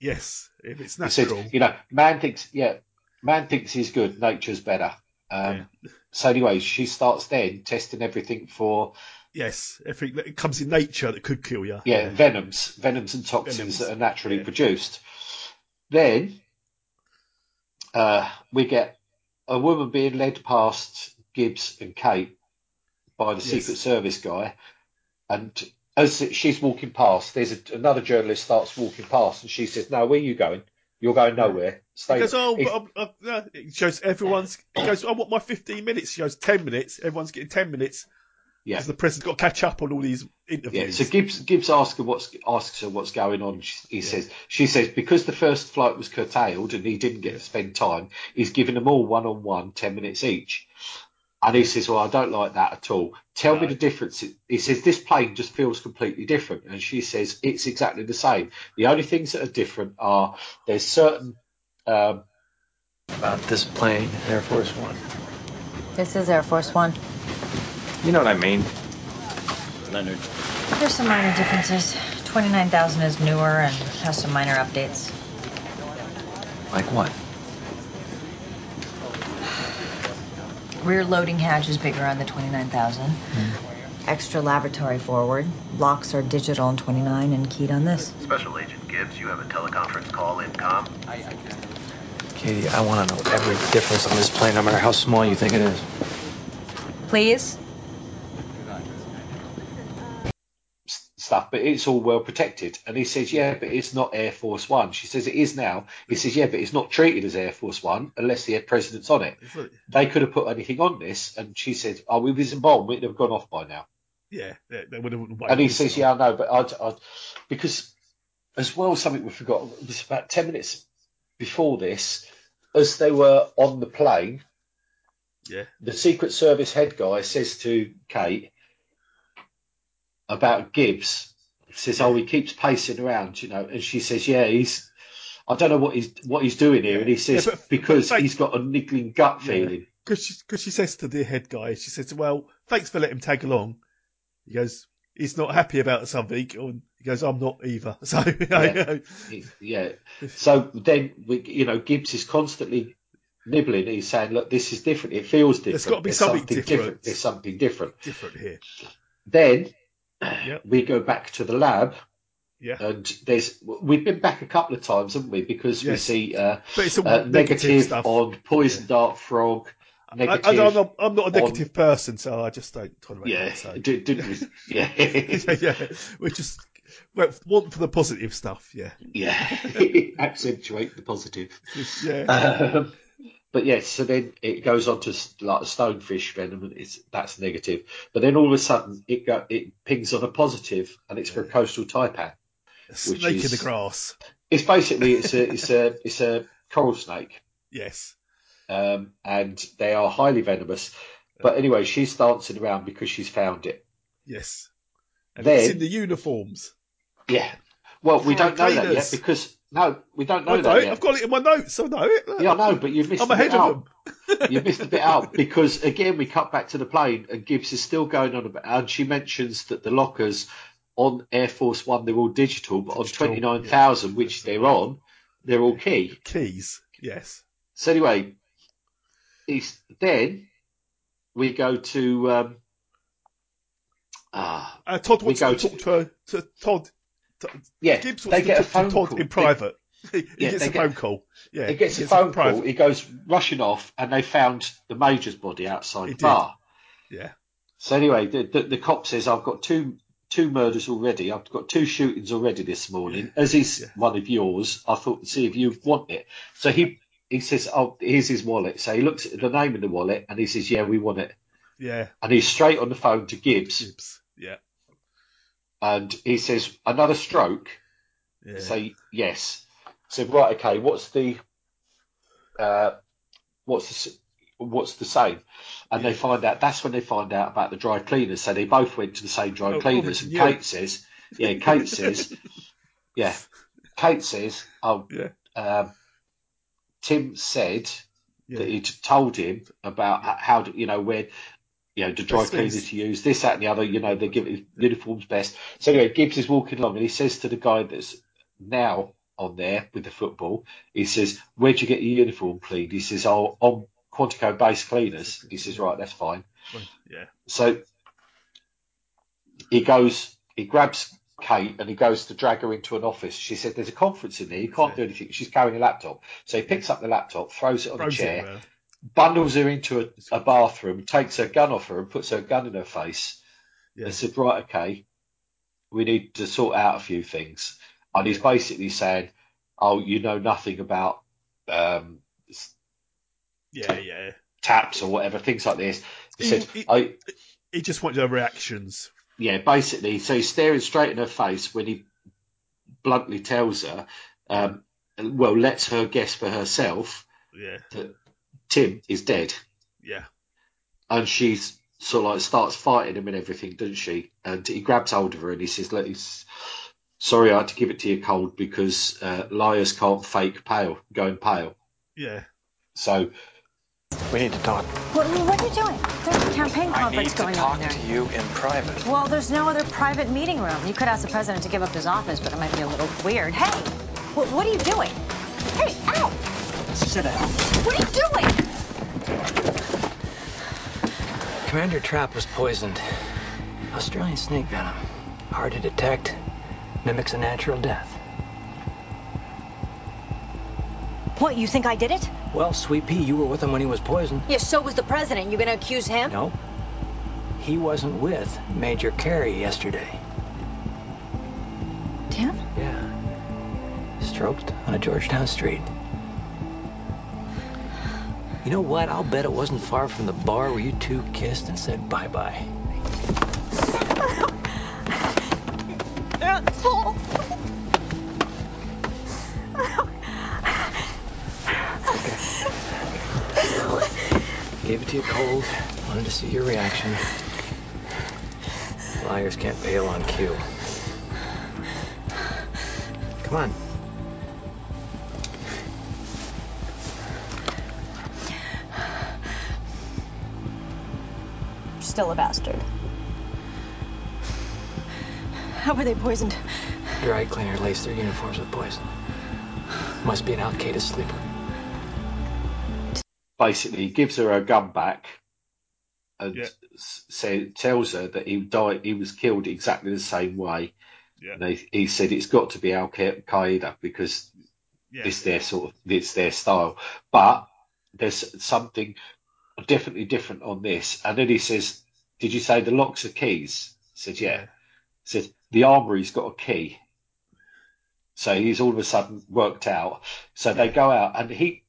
S2: Yes. If it's
S3: He said,
S2: natural.
S3: you know, man thinks, yeah, man thinks he's good, nature's better. Um, So anyway, she starts then testing everything for
S2: Yes. Everything that comes in nature that could kill you.
S3: yeah, venoms, venoms and toxins that are naturally produced. Then uh, we get a woman being led past Gibbs and Kate by the
S2: Yes.
S3: Secret Service guy, and as she's walking past, there's a, another journalist starts walking past, and she says, "No, where are you going? You're going nowhere. Stay."
S2: He goes,
S3: there."
S2: oh,
S3: He-
S2: but I'm, I'm, uh, it shows everyone's. He goes, I want my 15 minutes. He goes, 10 minutes. Everyone's getting 10 minutes.
S3: Yeah.
S2: Because the president's got to catch up on all these
S3: Yeah,
S2: interviews.
S3: so Gibbs Gibbs asks her what's asks her what's going on. She, he says she says because the first flight was curtailed and he didn't get to spend time, he's given them all one on one, ten minutes each. And he says, "Well, I don't like that at all. Tell me the difference." He says, "This plane just feels completely different." And she says, "It's exactly the same. The only things that are different are there's certain." Um,
S13: About this plane, Air Force One.
S8: This is Air Force One.
S13: You know what I mean. Leonard.
S8: There's some minor differences. 29,000 is newer and has some minor updates.
S13: Like what?
S8: Rear loading hatch is bigger on the 29,000. Hmm. Extra laboratory forward. Locks are digital on 29 and keyed on this.
S14: Special Agent Gibbs, you have a teleconference call in com. I, I
S13: Katie, I want to know every difference on this plane, no matter how small you think it is.
S8: Please?
S3: stuff, but it's all well protected. And he says, yeah, but it's not Air Force One. She says, it is now. He says, yeah, but it's not treated as Air Force One unless the president's on it. They could have put anything on this. And she said, oh, we was in bomb. We'd have gone off by now.
S2: Yeah, they, they would have.
S3: And he says, yeah, I know, but I, I, because as well, something we forgot it was about 10 minutes before this, as they were on the plane,
S2: yeah.
S3: the Secret Service head guy says to Kate, about Gibbs. Says, oh, he keeps pacing around, you know, and she says, yeah, he's. I don't know what he's what he's doing here, and he says
S2: Yeah, but-
S3: because
S2: but they-
S3: he's got a niggling gut feeling.
S2: Because she, 'cause she says to the head guy, she says, well, thanks for letting him tag along. He goes, he's not happy about something. Or he goes, I'm not either. [LAUGHS] So, you know,
S3: Yeah. yeah. So then, we, you know, Gibbs is constantly nibbling. He's saying, look, this is different. It feels different.
S2: There's gotta be something different.
S3: There's something different.
S2: different here.
S3: Then we go back to the lab.
S2: Yeah.
S3: And there's we've been back a couple of times, haven't we? Because we
S2: Yes.
S3: see uh,
S2: But it's all
S3: uh,
S2: negative
S3: negative
S2: stuff.
S3: on poison dart frog.
S2: I,
S3: Negative.
S2: I, I'm, not, I'm not a
S3: on-
S2: negative person, so I just don't tolerate
S3: Yeah,
S2: that. So. [LAUGHS]
S3: d- [LAUGHS] didn't we- yeah.
S2: yeah, yeah. We just went want for the positive stuff. Yeah.
S3: [LAUGHS] yeah, [LAUGHS] accentuate the positive.
S2: Yeah.
S3: Um, but yes, so then it goes on to s- like stonefish venom, and it's that's negative. But then all of a sudden, it go, it pings on a positive, and it's for a coastal taipan, which
S2: Snake in
S3: is
S2: the grass.
S3: it's basically it's a it's a it's a coral snake,
S2: Yes.
S3: um, and they are highly venomous. But anyway, she's dancing around because she's found it.
S2: Yes. And
S3: Then-
S2: it's in the uniforms.
S3: Yeah. Well, we
S2: For
S3: don't know that yet
S2: cleaners.
S3: because no, we don't know
S2: I
S3: that
S2: don't.
S3: yet.
S2: I've got it in my notes. I know it. Look.
S3: Yeah, I know, but you've missed
S2: I'm
S3: a
S2: ahead
S3: bit
S2: of
S3: out. you missed a bit out because again we cut back to the plane and Gibbs is still going on about and she mentions that the lockers on Air Force One they're all digital, but on twenty nine thousand, which they're on, they're all key.
S2: Keys. Yes.
S3: So anyway, it's, then we go to um, ah
S2: Uh, Todd wants
S3: go
S2: to talk to, her, to Todd. To,
S3: Yeah,
S2: Gibbs
S3: they
S2: wants to
S3: get a
S2: talk
S3: phone
S2: to Todd
S3: call.
S2: in
S3: They-
S2: private. [LAUGHS] he he
S3: Yeah,
S2: gets
S3: they
S2: a
S3: get-
S2: phone call. Yeah.
S3: he gets a
S2: a
S3: phone call.
S2: private-
S3: He goes rushing off, and they found the major's body outside
S2: He
S3: the
S2: did.
S3: bar.
S2: Yeah.
S3: So anyway, the, the, the cop says, "I've got two two murders already. I've got two shootings already this morning. As is one of yours, I thought to see if you want it." So he he says, "Oh, here's his wallet." So he looks at the name in the wallet and he says, "Yeah, we want it."
S2: Yeah.
S3: And he's straight on the phone to Gibbs,
S2: Yeah.
S3: and he says, "Another stroke."
S2: Yeah.
S3: So yes. So right, okay. What's the uh, what's the s- what's the same? And they find out. That's when they find out about the dry cleaners. So they both went to the same dry
S2: Oh,
S3: cleaners.
S2: obviously,
S3: And
S2: yeah.
S3: Kate says, "Yeah, Kate says,
S2: [LAUGHS]
S3: yeah, Kate says, oh,
S2: Yeah.
S3: um, Tim said that he'd told him about h- how to- you know where." You know, the dry
S2: Best things.
S3: cleaners to use, this, that, and the other. You know, they give his uniforms best. So anyway, Gibbs is walking along, and he says to the guy that's now on there with the football. He says, Where'd you get your uniform cleaned? He says, Oh, on Quantico base cleaners. He says, Right, that's fine.
S2: Yeah.
S3: So he goes, he grabs Kate and he goes to drag her into an office. She said, There's a conference in there. You can't do anything. She's carrying a laptop. So he picks up the laptop, throws it on
S2: Throws
S3: a
S2: it
S3: chair,
S2: around.
S3: bundles her into a, a bathroom, takes her gun off her and puts her gun in her face.
S2: Yeah.
S3: And said, Right, okay, we need to sort out a few things. And he's basically saying, Oh, you know nothing about um, s-
S2: Yeah. Yeah.
S3: taps or whatever, things like this. He said,
S2: He- he-
S3: I,
S2: He just wants her reactions.
S3: Yeah, basically. So he's staring straight in her face when he bluntly tells her, um, well, lets her guess for herself
S2: Yeah.
S3: that Tim is dead.
S2: Yeah.
S3: And she's sort of like starts fighting him and everything, doesn't she? And he grabs hold of her and he says, Look, he's, sorry, I had to give it to you cold because uh, liars can't fake pale, going pale.
S2: Yeah.
S3: So
S13: We need to talk.
S8: What, what are you doing? There's a campaign conference going on there.
S13: you in private.
S8: Well, there's no other private meeting room. You could ask the president to give up his office, but it might be a little weird. Hey, wh- what are you doing? Hey, ow!
S13: Sit down.
S8: What are you doing?
S13: Commander Trapp was poisoned.
S12: Australian snake venom. Hard to detect. Mimics a natural death.
S8: What, you think I did it?
S12: Well, Sweet Pea, you were with him when he was poisoned.
S8: Yes, so was the president. You gonna accuse him?
S12: No. He wasn't with Major Carey yesterday.
S1: Tim?
S12: Yeah. Stroked on a Georgetown street. You know what? I'll bet it wasn't far from the bar where you two kissed and said bye bye.
S8: Asshole!
S12: Gave it to you cold. Wanted to see your reaction. Liars can't bail on cue. Come on.
S8: Still a bastard. How were they poisoned?
S12: Dry cleaner laced their uniforms with poison. Must be an Al Qaeda sleeper.
S3: Basically, he gives her her gun back and s say, tells her that he died. He was killed exactly the same way. And they, he said it's got to be Al Qa- Qaeda because it's their sort of it's their style. But there's something definitely different on this. And then he says, "Did you say the locks are keys?" I said, "Yeah." He said, "The armory's got a key." So he's all of a sudden worked out. So
S2: Hmm.
S3: they go out, and he,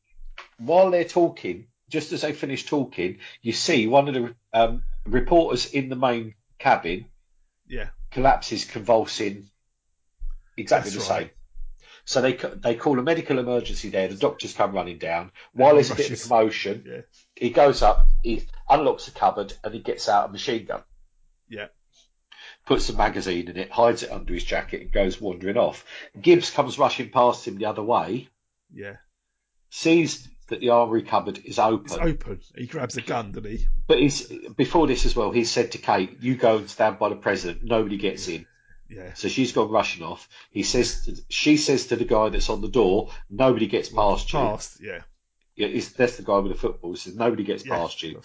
S3: while they're talking, just as they finish talking, you see one of the um, reporters in the main cabin
S2: Yeah.
S3: collapses, convulsing, exactly
S2: That's
S3: the
S2: right.
S3: same. So they ca- they call a medical emergency there. The doctors come running down. While there's a bit of
S2: rushes.
S3: commotion,
S2: Yeah.
S3: he goes up, he unlocks the cupboard, and he gets out a machine gun,
S2: Yeah.
S3: puts a magazine in it, hides it under his jacket, and goes wandering off. Gibbs comes rushing past him the other way,
S2: Yeah.
S3: sees that the armory cupboard
S2: It's
S3: is
S2: open. He grabs a gun, doesn't he?
S3: But he's before this as well. He said to Kate, "You go and stand by the president. Nobody gets in."
S2: Yeah.
S3: So she's gone rushing off. He says, to, she says to the guy that's on the door, "Nobody gets past you."
S2: Past. Yeah.
S3: Yeah, he's, that's the guy with the football. He says, "Nobody gets past you."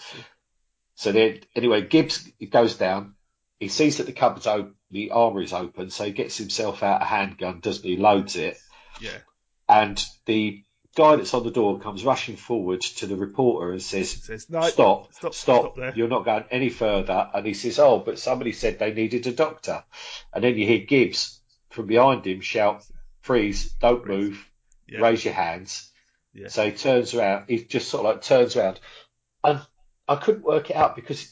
S3: So then, anyway, Gibbs goes down. He sees that the cupboard's open, the armory's open, so he gets himself out a handgun, doesn't he? Loads it,
S2: Yeah.
S3: and the guy that's on the door comes rushing forward to the reporter and says,
S2: Says no.
S3: stop, stop,
S2: stop there."
S3: You're not going any further. And he says, oh, but somebody said they needed a doctor. And then you hear Gibbs from behind him shout, freeze, don't move, raise your hands.
S2: Yeah.
S3: So he turns around. He just sort of like turns around. And I couldn't work it out because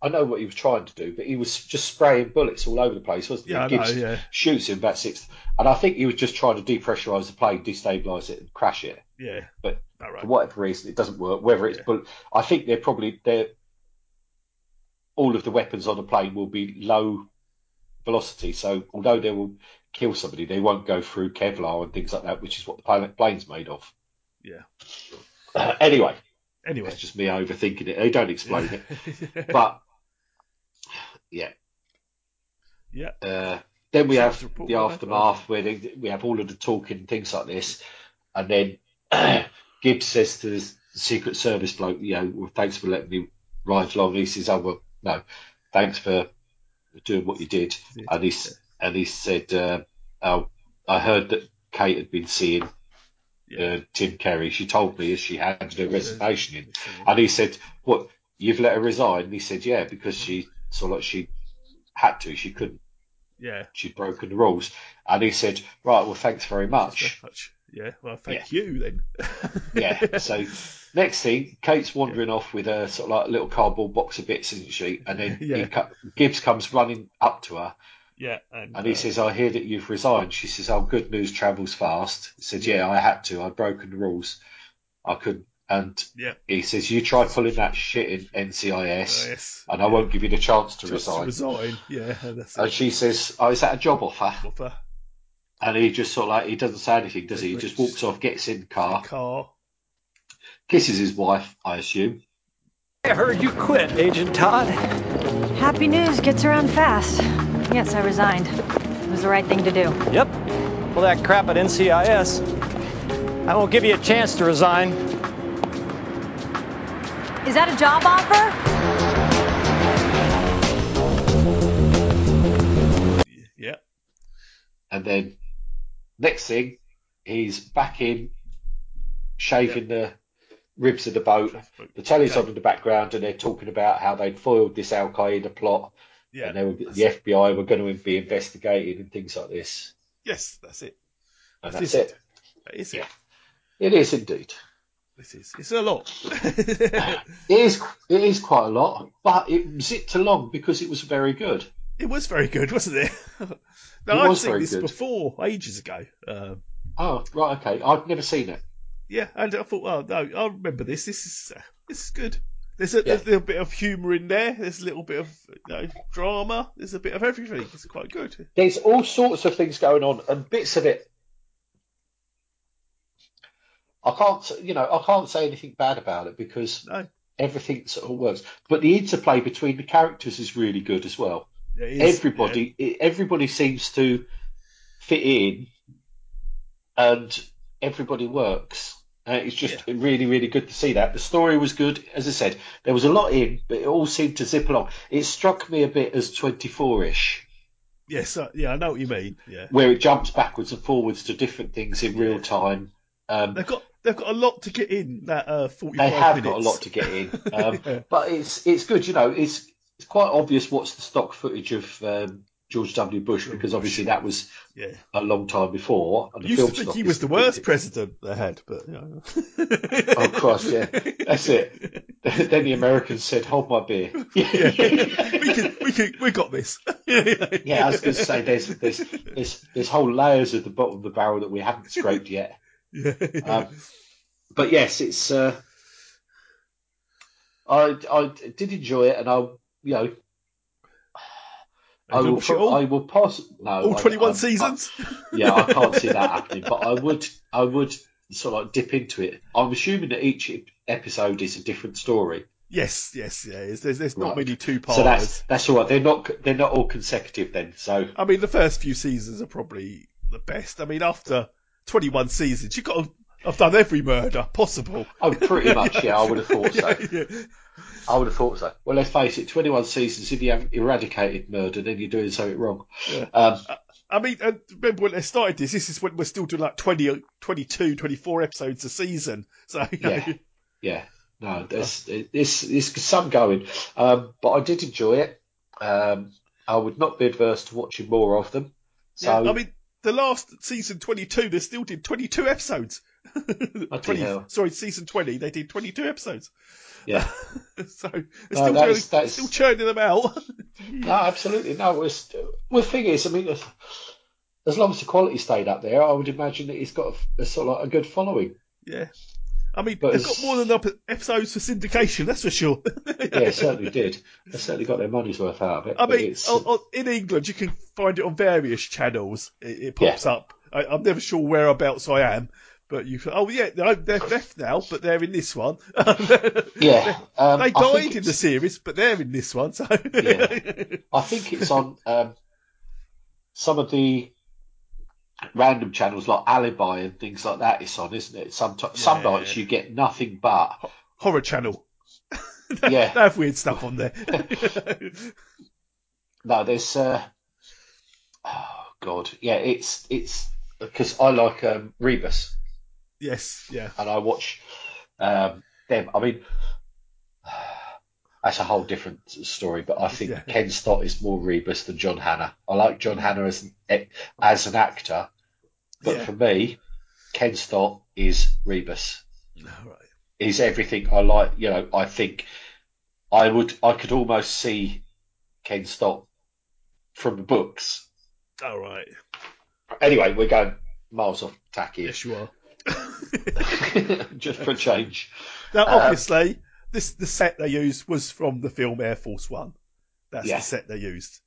S3: I know what he was trying to do, but he was just spraying bullets all over the place, wasn't he?
S2: Yeah, I know,
S3: Gibbs
S2: yeah.
S3: shoots him about sixth. And I think he was just trying to depressurise the plane, destabilise it, and crash it
S2: Yeah.
S3: but
S2: All right.
S3: for whatever reason it doesn't work. Whether it's but I think they're probably they're all of the weapons on the plane will be low velocity, so although they will kill somebody, they won't go through Kevlar and things like that, which is what the pilot plane's made of.
S2: Yeah.
S3: [CLEARS THROAT] anyway,
S2: Anyway.
S3: that's just me overthinking it. They don't explain
S2: [LAUGHS]
S3: it, but yeah,
S2: Yeah.
S3: uh, then we have
S2: report
S3: the
S2: on that,
S3: aftermath where they, we have all of the talking things like this, and then [CLEARS THROAT] Gibbs says to the Secret Service bloke, "You know, well, thanks for letting me ride along." He says, "Oh well, no, thanks for doing what you did." And he s- and he said, uh, "Oh, I heard that Kate had been seeing." Uh, Tim Kerry. She told me as she handed her resignation in, and he said, "What? You've let her resign?" And he said, "Yeah, because she sort of like she had to. She couldn't
S2: Yeah.
S3: she'd broken the rules. And he said, Right, well, thanks very
S2: [LAUGHS]
S3: much.
S2: Yeah. Well, thank you then. [LAUGHS]
S3: yeah. So next thing, Kate's wandering off with a sort of like a little cardboard box of bits, isn't she? And then he
S2: Yeah.
S3: co- Gibbs comes running up to her
S2: Yeah. And,
S3: and he
S2: uh,
S3: says, I hear that you've resigned. She says, Oh, good news travels fast. He said, Yeah, I had to. I'd broken the rules. I couldn't. And
S2: Yeah. Oh,
S3: he says, You try pulling that shit in NCIS,
S2: Yes.
S3: and I won't give you the chance to
S2: Just
S3: resign.
S2: resign. Yeah. That's
S3: And
S2: it.
S3: she says, "Oh, is that a job offer?"
S2: Offer.
S3: And he just sort of like he doesn't say anything, does he? He just walks off, gets in the car,
S2: car.
S3: kisses his wife, I assume.
S13: I heard you quit, Agent Todd.
S8: Happy news gets around fast. Yes, I resigned. It was the right thing to do.
S7: Yep. Well, that crap at NCIS. I won't give you a chance to resign.
S8: Is that a job offer?
S3: And then next thing, he's back in, shaving the ribs of the boat. The telly's on in the background, and they're talking about how they'd foiled this Al Qaeda plot,
S2: Yeah.
S3: and they were, the FBI were going to be investigated and things like this.
S2: Yes, that's it.
S3: And
S2: That is
S3: that's it.
S2: That is it.
S3: It is indeed.
S2: This is. It's a
S3: [LAUGHS]
S2: lot.
S3: It is. It is quite a lot, but it zipped along because it was very good.
S2: It was very good, wasn't it? [LAUGHS] now,
S3: It
S2: I've
S3: was
S2: seen
S3: very
S2: this
S3: good.
S2: before, ages ago. Um,
S3: oh, right, okay. I'd never seen it.
S2: Yeah, and I thought, oh, no, I remember this. This is uh, this is good. There's a,
S3: Yeah.
S2: there's a little bit of humour in there. There's a little bit of you know, drama. There's a bit of everything. It's quite good.
S3: There's all sorts of things going on, and bits of it. I can't, you know, I can't say anything bad about it because everything sort of works. But the interplay between the characters is really good as well.
S2: Yeah, it is,
S3: everybody, it- everybody seems to fit in, and everybody works. Uh, it's just really, really good to see that. The story was good, as I said. There was a lot in, but it all seemed to zip along. It struck me a bit as 24 ish
S2: Yes, uh, yeah, I know what you mean. Yeah,
S3: where it jumps backwards and forwards to different things in real time. Um,
S2: they've got they've got a lot to get in that uh, forty-five
S3: they have
S2: minutes.
S3: got a lot to get [LAUGHS] in, um, but it's it's good. You know, it's it's quite obvious what's the stock footage of um, George W. Bush because obviously that was
S2: Yeah.
S3: a long time before.
S2: I
S3: And the
S2: used
S3: film
S2: to think
S3: stock
S2: he
S3: is
S2: was the
S3: the
S2: worst president they had, but you know.
S3: [LAUGHS] Oh Christ, yeah, that's it. [LAUGHS] then the Americans said, "Hold my beer."
S2: [LAUGHS] [LAUGHS] yeah. we can, we can, we got this.
S3: [LAUGHS] Yeah, I was going to say there's there's there's there's whole layers at the bottom of the barrel that we haven't
S2: [LAUGHS]
S3: scraped yet.
S2: [LAUGHS] Yeah.
S3: Um, but yes, it's. Uh, I I did enjoy it, and I you know. I
S2: gonna
S3: will.
S2: watch it
S3: pro-
S2: all?
S3: I will pass. No,
S2: All
S3: I- Um,
S2: twenty-one
S3: I-
S2: seasons.
S3: I- yeah, I can't see that happening. But I would. I would sort of like dip into it. I'm assuming that each episode is a different story.
S2: Yes, yes, yeah. There's there's, there's not
S3: Right.
S2: many two parts.
S3: So that's that's all right. They're not they're not all consecutive then. So
S2: I mean, the first few seasons are probably the best. I mean, after 21 seasons, you've got to have done every murder possible.
S3: oh, pretty much. Yeah, I would have
S2: [LAUGHS]
S3: thought so.
S2: yeah.
S3: I would have thought so. Well, let's face it. 21 seasons. If you haven't eradicated murder, then you're doing something wrong. Um,
S2: I mean, and remember when they started this, this is when we're still doing like 20, 22, 24 episodes a season. So, [LAUGHS] you know,
S3: Yeah. yeah, no, there's this this some going, um, but I did enjoy it. Um, I would not be adverse to watching more of them. So
S2: Yeah, I mean, the last season 22, they still did 22 episodes. [LAUGHS] 20,
S3: hell.
S2: sorry, season 20, they did 22 episodes. [LAUGHS]
S3: yeah,
S2: so, they're
S3: No,
S2: still,
S3: that
S2: doing-
S3: is- that is-
S2: still churning them out. [LAUGHS]
S3: no, absolutely no. It's, well, the thing is, I mean, as, as long as the quality stayed up there, I would imagine that it's got a, a sort of like a
S2: [LAUGHS]
S3: good following.
S2: Yeah. I mean,
S3: But
S2: they've
S3: it's-
S2: got more than enough episodes for syndication, that's for sure.
S3: Yeah, it certainly did. They certainly got their money's worth out of it.
S2: I
S3: but
S2: mean, oh,
S3: it's,
S2: on, on, in England, you can find it on various channels. It, it pops up. I, I'm never sure whereabouts I am, but you. can- Oh yeah, no, they're left now, but they're in this one. [LAUGHS]
S3: yeah, um,
S2: they
S3: I think
S2: died in the series, but they're in this one. So
S3: Yeah. I think it's on um, some of the random channels like Alibi and things like that. It's on, isn't it? Some some nights you get nothing
S2: [LAUGHS]
S3: but
S2: [LAUGHS] Oh, horror channel.
S3: yeah.
S2: they have weird stuff on there. [LAUGHS]
S3: No, there's uh, oh god, yeah, it's it's because I like um, Rebus
S2: yes, yeah.
S3: and I watch um, them. I mean. That's a whole different story, but I think
S2: Yeah.
S3: Ken Stott is more Rebus than John Hannah. I like John Hannah as an, as an actor, but
S2: Yeah.
S3: for me, Ken Stott is Rebus.
S2: All right.
S3: Is everything I like. You know, I think I would, I could almost see Ken Stott from the books.
S2: All right.
S3: Anyway, we're going miles off tack
S2: [LAUGHS]
S3: here,
S2: Yes, you are.
S3: [LAUGHS] just for a change.
S2: Now,
S3: Um,
S2: obviously, this the set they used was from the film Air Force One. That's
S3: Yeah.
S2: the set they used.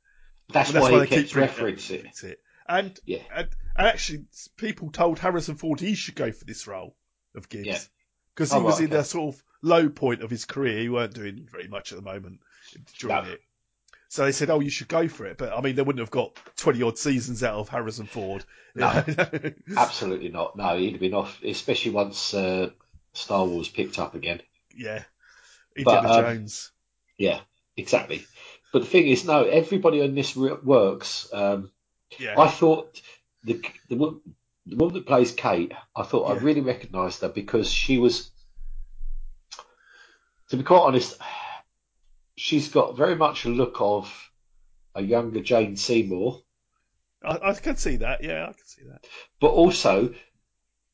S3: That's
S2: And that's
S3: why,
S2: why
S3: he
S2: they
S3: keeps
S2: keep bringing it up.
S3: referencing it.
S2: That's it. And,
S3: Yeah.
S2: and and actually, s- people told Harrison Ford he should go for this role of
S3: Yeah.
S2: Gibbs because
S3: Oh,
S2: he was
S3: right,
S2: in a sort of low point of his career. He weren't doing very much at the moment during it. So they said, "Oh, you should go for it." But I mean, they wouldn't have got twenty odd seasons out of Harrison Ford. [LAUGHS]
S3: No. Absolutely not. No, he'd have been off, especially once uh, Star Wars picked up again.
S2: yeah,
S3: But,
S2: Indiana
S3: um,
S2: Jones.
S3: Yeah, exactly. But the thing is, no, everybody on this re- works. Um,
S2: Yeah,
S3: I thought the the wo- the woman that plays Kate, I thought I really recognised her because she was, to be quite honest, she's got very much a look of a younger Jane Seymour,
S2: I, I can see that. Yeah, I can see that.
S3: but also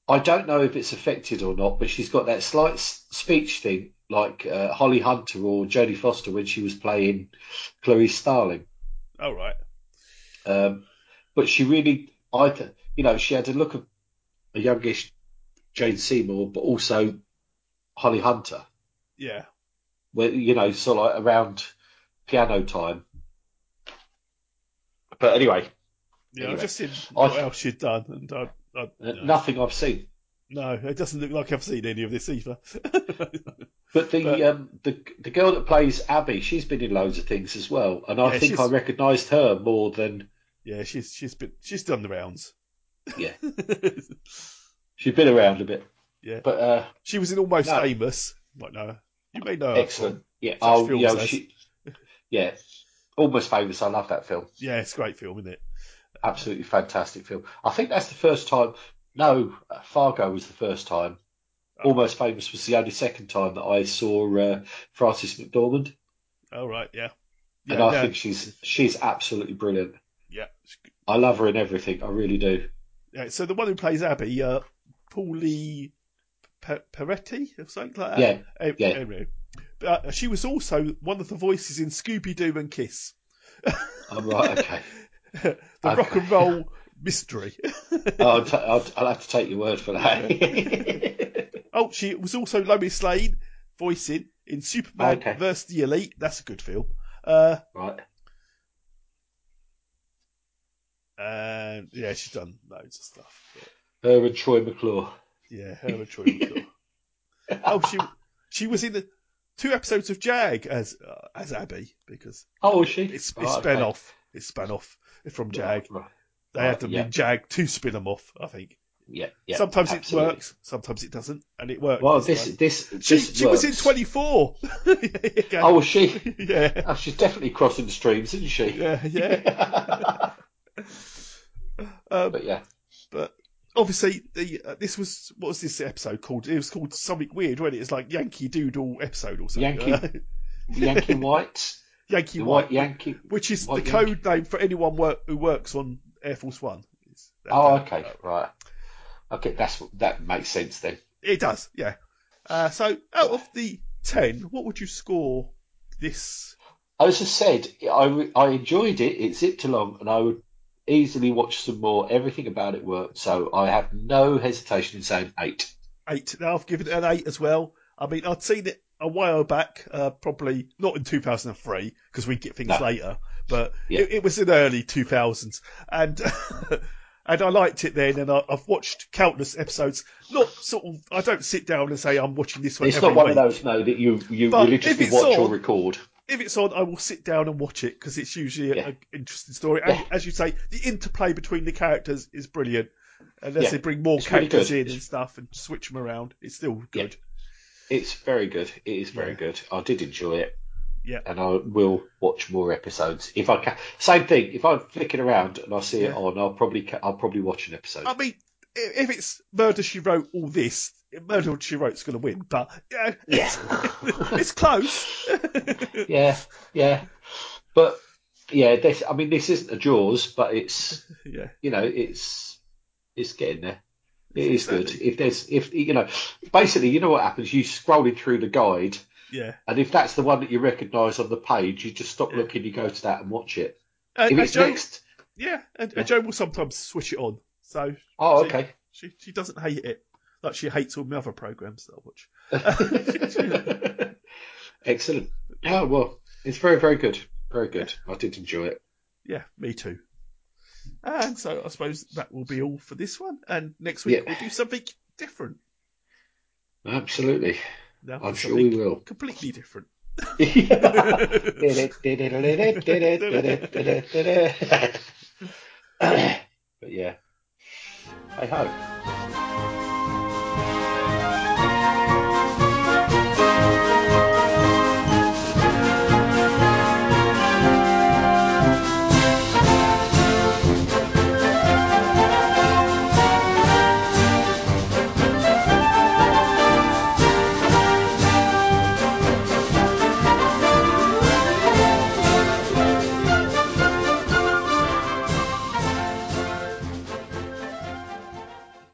S3: I don't know if it's affected or not, but she's got that slight s- speech thing like uh, Holly Hunter or Jodie Foster when she was playing Clarice Starling.
S2: All right.
S3: Um, but she really, I, th- you know, she had a look of a youngish Jane Seymour, but also Holly Hunter,
S2: Yeah.
S3: where you know, sort of like around piano time. But anyway,
S2: Yeah,
S3: Anyway,
S2: I've just seen
S3: I-
S2: what else she'd done, and I, I, no.
S3: nothing I've seen.
S2: No, it doesn't look like I've seen any of this either. [LAUGHS]
S3: But the um, the the girl that plays Abby, she's been in loads of things as well, and I
S2: Yeah,
S3: think
S2: she's-
S3: I recognised her more than
S2: yeah, she's she's been she's done the rounds.
S3: yeah. she's been around a bit.
S2: Yeah,
S3: but uh,
S2: [LAUGHS] she was in almost
S3: no.
S2: famous. Might know. her. You may know. her
S3: Excellent.
S2: from
S3: Yeah.
S2: Oh, such
S3: Oh,
S2: films
S3: you know,
S2: as-
S3: she, yeah. Almost famous. I love that film.
S2: Yeah, it's a great film, isn't it?
S3: Absolutely fantastic film. I think that's the first time. No, Fargo was the first time.
S2: Oh.
S3: Almost famous was the only second time that I saw uh, Frances McDormand,
S2: All right. Yeah. Yeah.
S3: and I
S2: no,
S3: think she's she's absolutely brilliant.
S2: yeah.
S3: I love her in everything. I really do.
S2: Yeah, so the one who plays Abby, uh, Paulie Pe- Peretti or something like that.
S3: Yeah,
S2: Eh,
S3: yeah.
S2: anyway. But uh, she was also one of the voices in Scooby Doo and Kiss,
S3: I'm right. Okay.
S2: the rock and roll mystery.
S3: Oh, I'll, t- I'll, I'll have to take your word for that. [LAUGHS]
S2: oh, she was also Lois Slade voicing in Superman
S3: Okay.
S2: vs. the Elite. That's a good film. Uh,
S3: right.
S2: and yeah, she's done loads of stuff. But,
S3: Her and Troy McClure.
S2: yeah, her and Troy McClure.
S3: [LAUGHS]
S2: oh, she she was in the two episodes of Jag as uh, as Abby because
S3: Oh, was she?
S2: It's, it's
S3: Right,
S2: spun
S3: okay.
S2: off. It's spun off from Jag. They
S3: Right,
S2: had them
S3: yeah.
S2: in Jag to spin them off. I think.
S3: Yeah. yeah
S2: sometimes
S3: absolutely.
S2: it works, sometimes it doesn't, and it worked.
S3: Well, this
S2: time.
S3: this, this
S2: she, she was in
S3: works.
S2: Twenty [LAUGHS] Four.
S3: Oh, was she?
S2: [LAUGHS] yeah.
S3: Oh, she's definitely crossing the streams, isn't she?
S2: Yeah, yeah. um,
S3: [LAUGHS] But yeah,
S2: but obviously, the uh, this was what was this episode called? It was called something weird, wasn't it? It's like Yankee Doodle episode or something. Uh,
S3: Yankee- Yankee Whites,
S2: [LAUGHS] Yankee
S3: the
S2: White,
S3: White Yankee.
S2: which is
S3: White
S2: the
S3: Yankee.
S2: code name for anyone work, who works on Air Force One. It's that-
S3: Oh,
S2: that-
S3: okay, right. Okay, that's that makes sense then.
S2: It does, yeah. Uh, so, out of the ten, what would you score this?
S3: As I said, I, re- I enjoyed it. It zipped along, and I would easily watch some more. Everything about it worked, so I have no hesitation in saying eight.
S2: eight. Now I've given it an eight as well. I mean, I'd seen it a while back, uh, probably not in 2003 because we get things
S3: No.
S2: later, but
S3: Yeah.
S2: it, it was in the early 2000s, and [LAUGHS] and I liked it then, and I, I've watched countless episodes. Not sort of, I don't sit down and say I'm watching this one.
S3: It's
S2: every
S3: not one
S2: week.
S3: of those no that you you
S2: But if
S3: religiously
S2: it's
S3: watch or
S2: on-
S3: record.
S2: If it's on, I will sit down and watch it because it's usually an interesting story. And as you say, the interplay between the characters is brilliant. Unless
S3: Yeah.
S2: they bring more
S3: It's really
S2: characters
S3: good.
S2: in and stuff and switch them around, it's still good.
S3: It's very good. It is very good. I did enjoy it.
S2: Yeah.
S3: And I will watch more episodes if I can. Same thing. If I'm flicking around and I see
S2: Yeah.
S3: it on, I'll probably ca- I'll probably watch an episode.
S2: I mean, i- if it's Murder She Wrote, all this Murder She Wrote's going to win, but yeah, it's, it's
S3: [LAUGHS]
S2: close.
S3: [LAUGHS] yeah, yeah. But yeah, this. I mean, this isn't a Jaws, but it's
S2: yeah,
S3: you know, it's it's getting there. It is
S2: Exactly.
S3: good. If there's if you know, basically, you know what happens? You scrolling through the guide,
S2: yeah.
S3: and if that's the one that you recognise on the page, you just stop looking. You go to that and watch it.
S2: And,
S3: if
S2: and
S3: it's
S2: Uh, Joan,
S3: next,
S2: yeah, and, and Joan will sometimes switch it on. So
S3: oh
S2: she-
S3: okay.
S2: she she doesn't hate it like she hates all my other programs that I watch.
S3: [LAUGHS] Excellent. Oh well, it's very very good, very good. I did enjoy it.
S2: Yeah, me too. And so I suppose that will be all for this one. And next week
S3: Yeah.
S2: we'll do something different.
S3: Absolutely.
S2: Now
S3: I'm
S2: for
S3: sure we
S2: something
S3: will.
S2: Completely
S3: [LAUGHS]
S2: different. [LAUGHS]
S3: but yeah, I hope.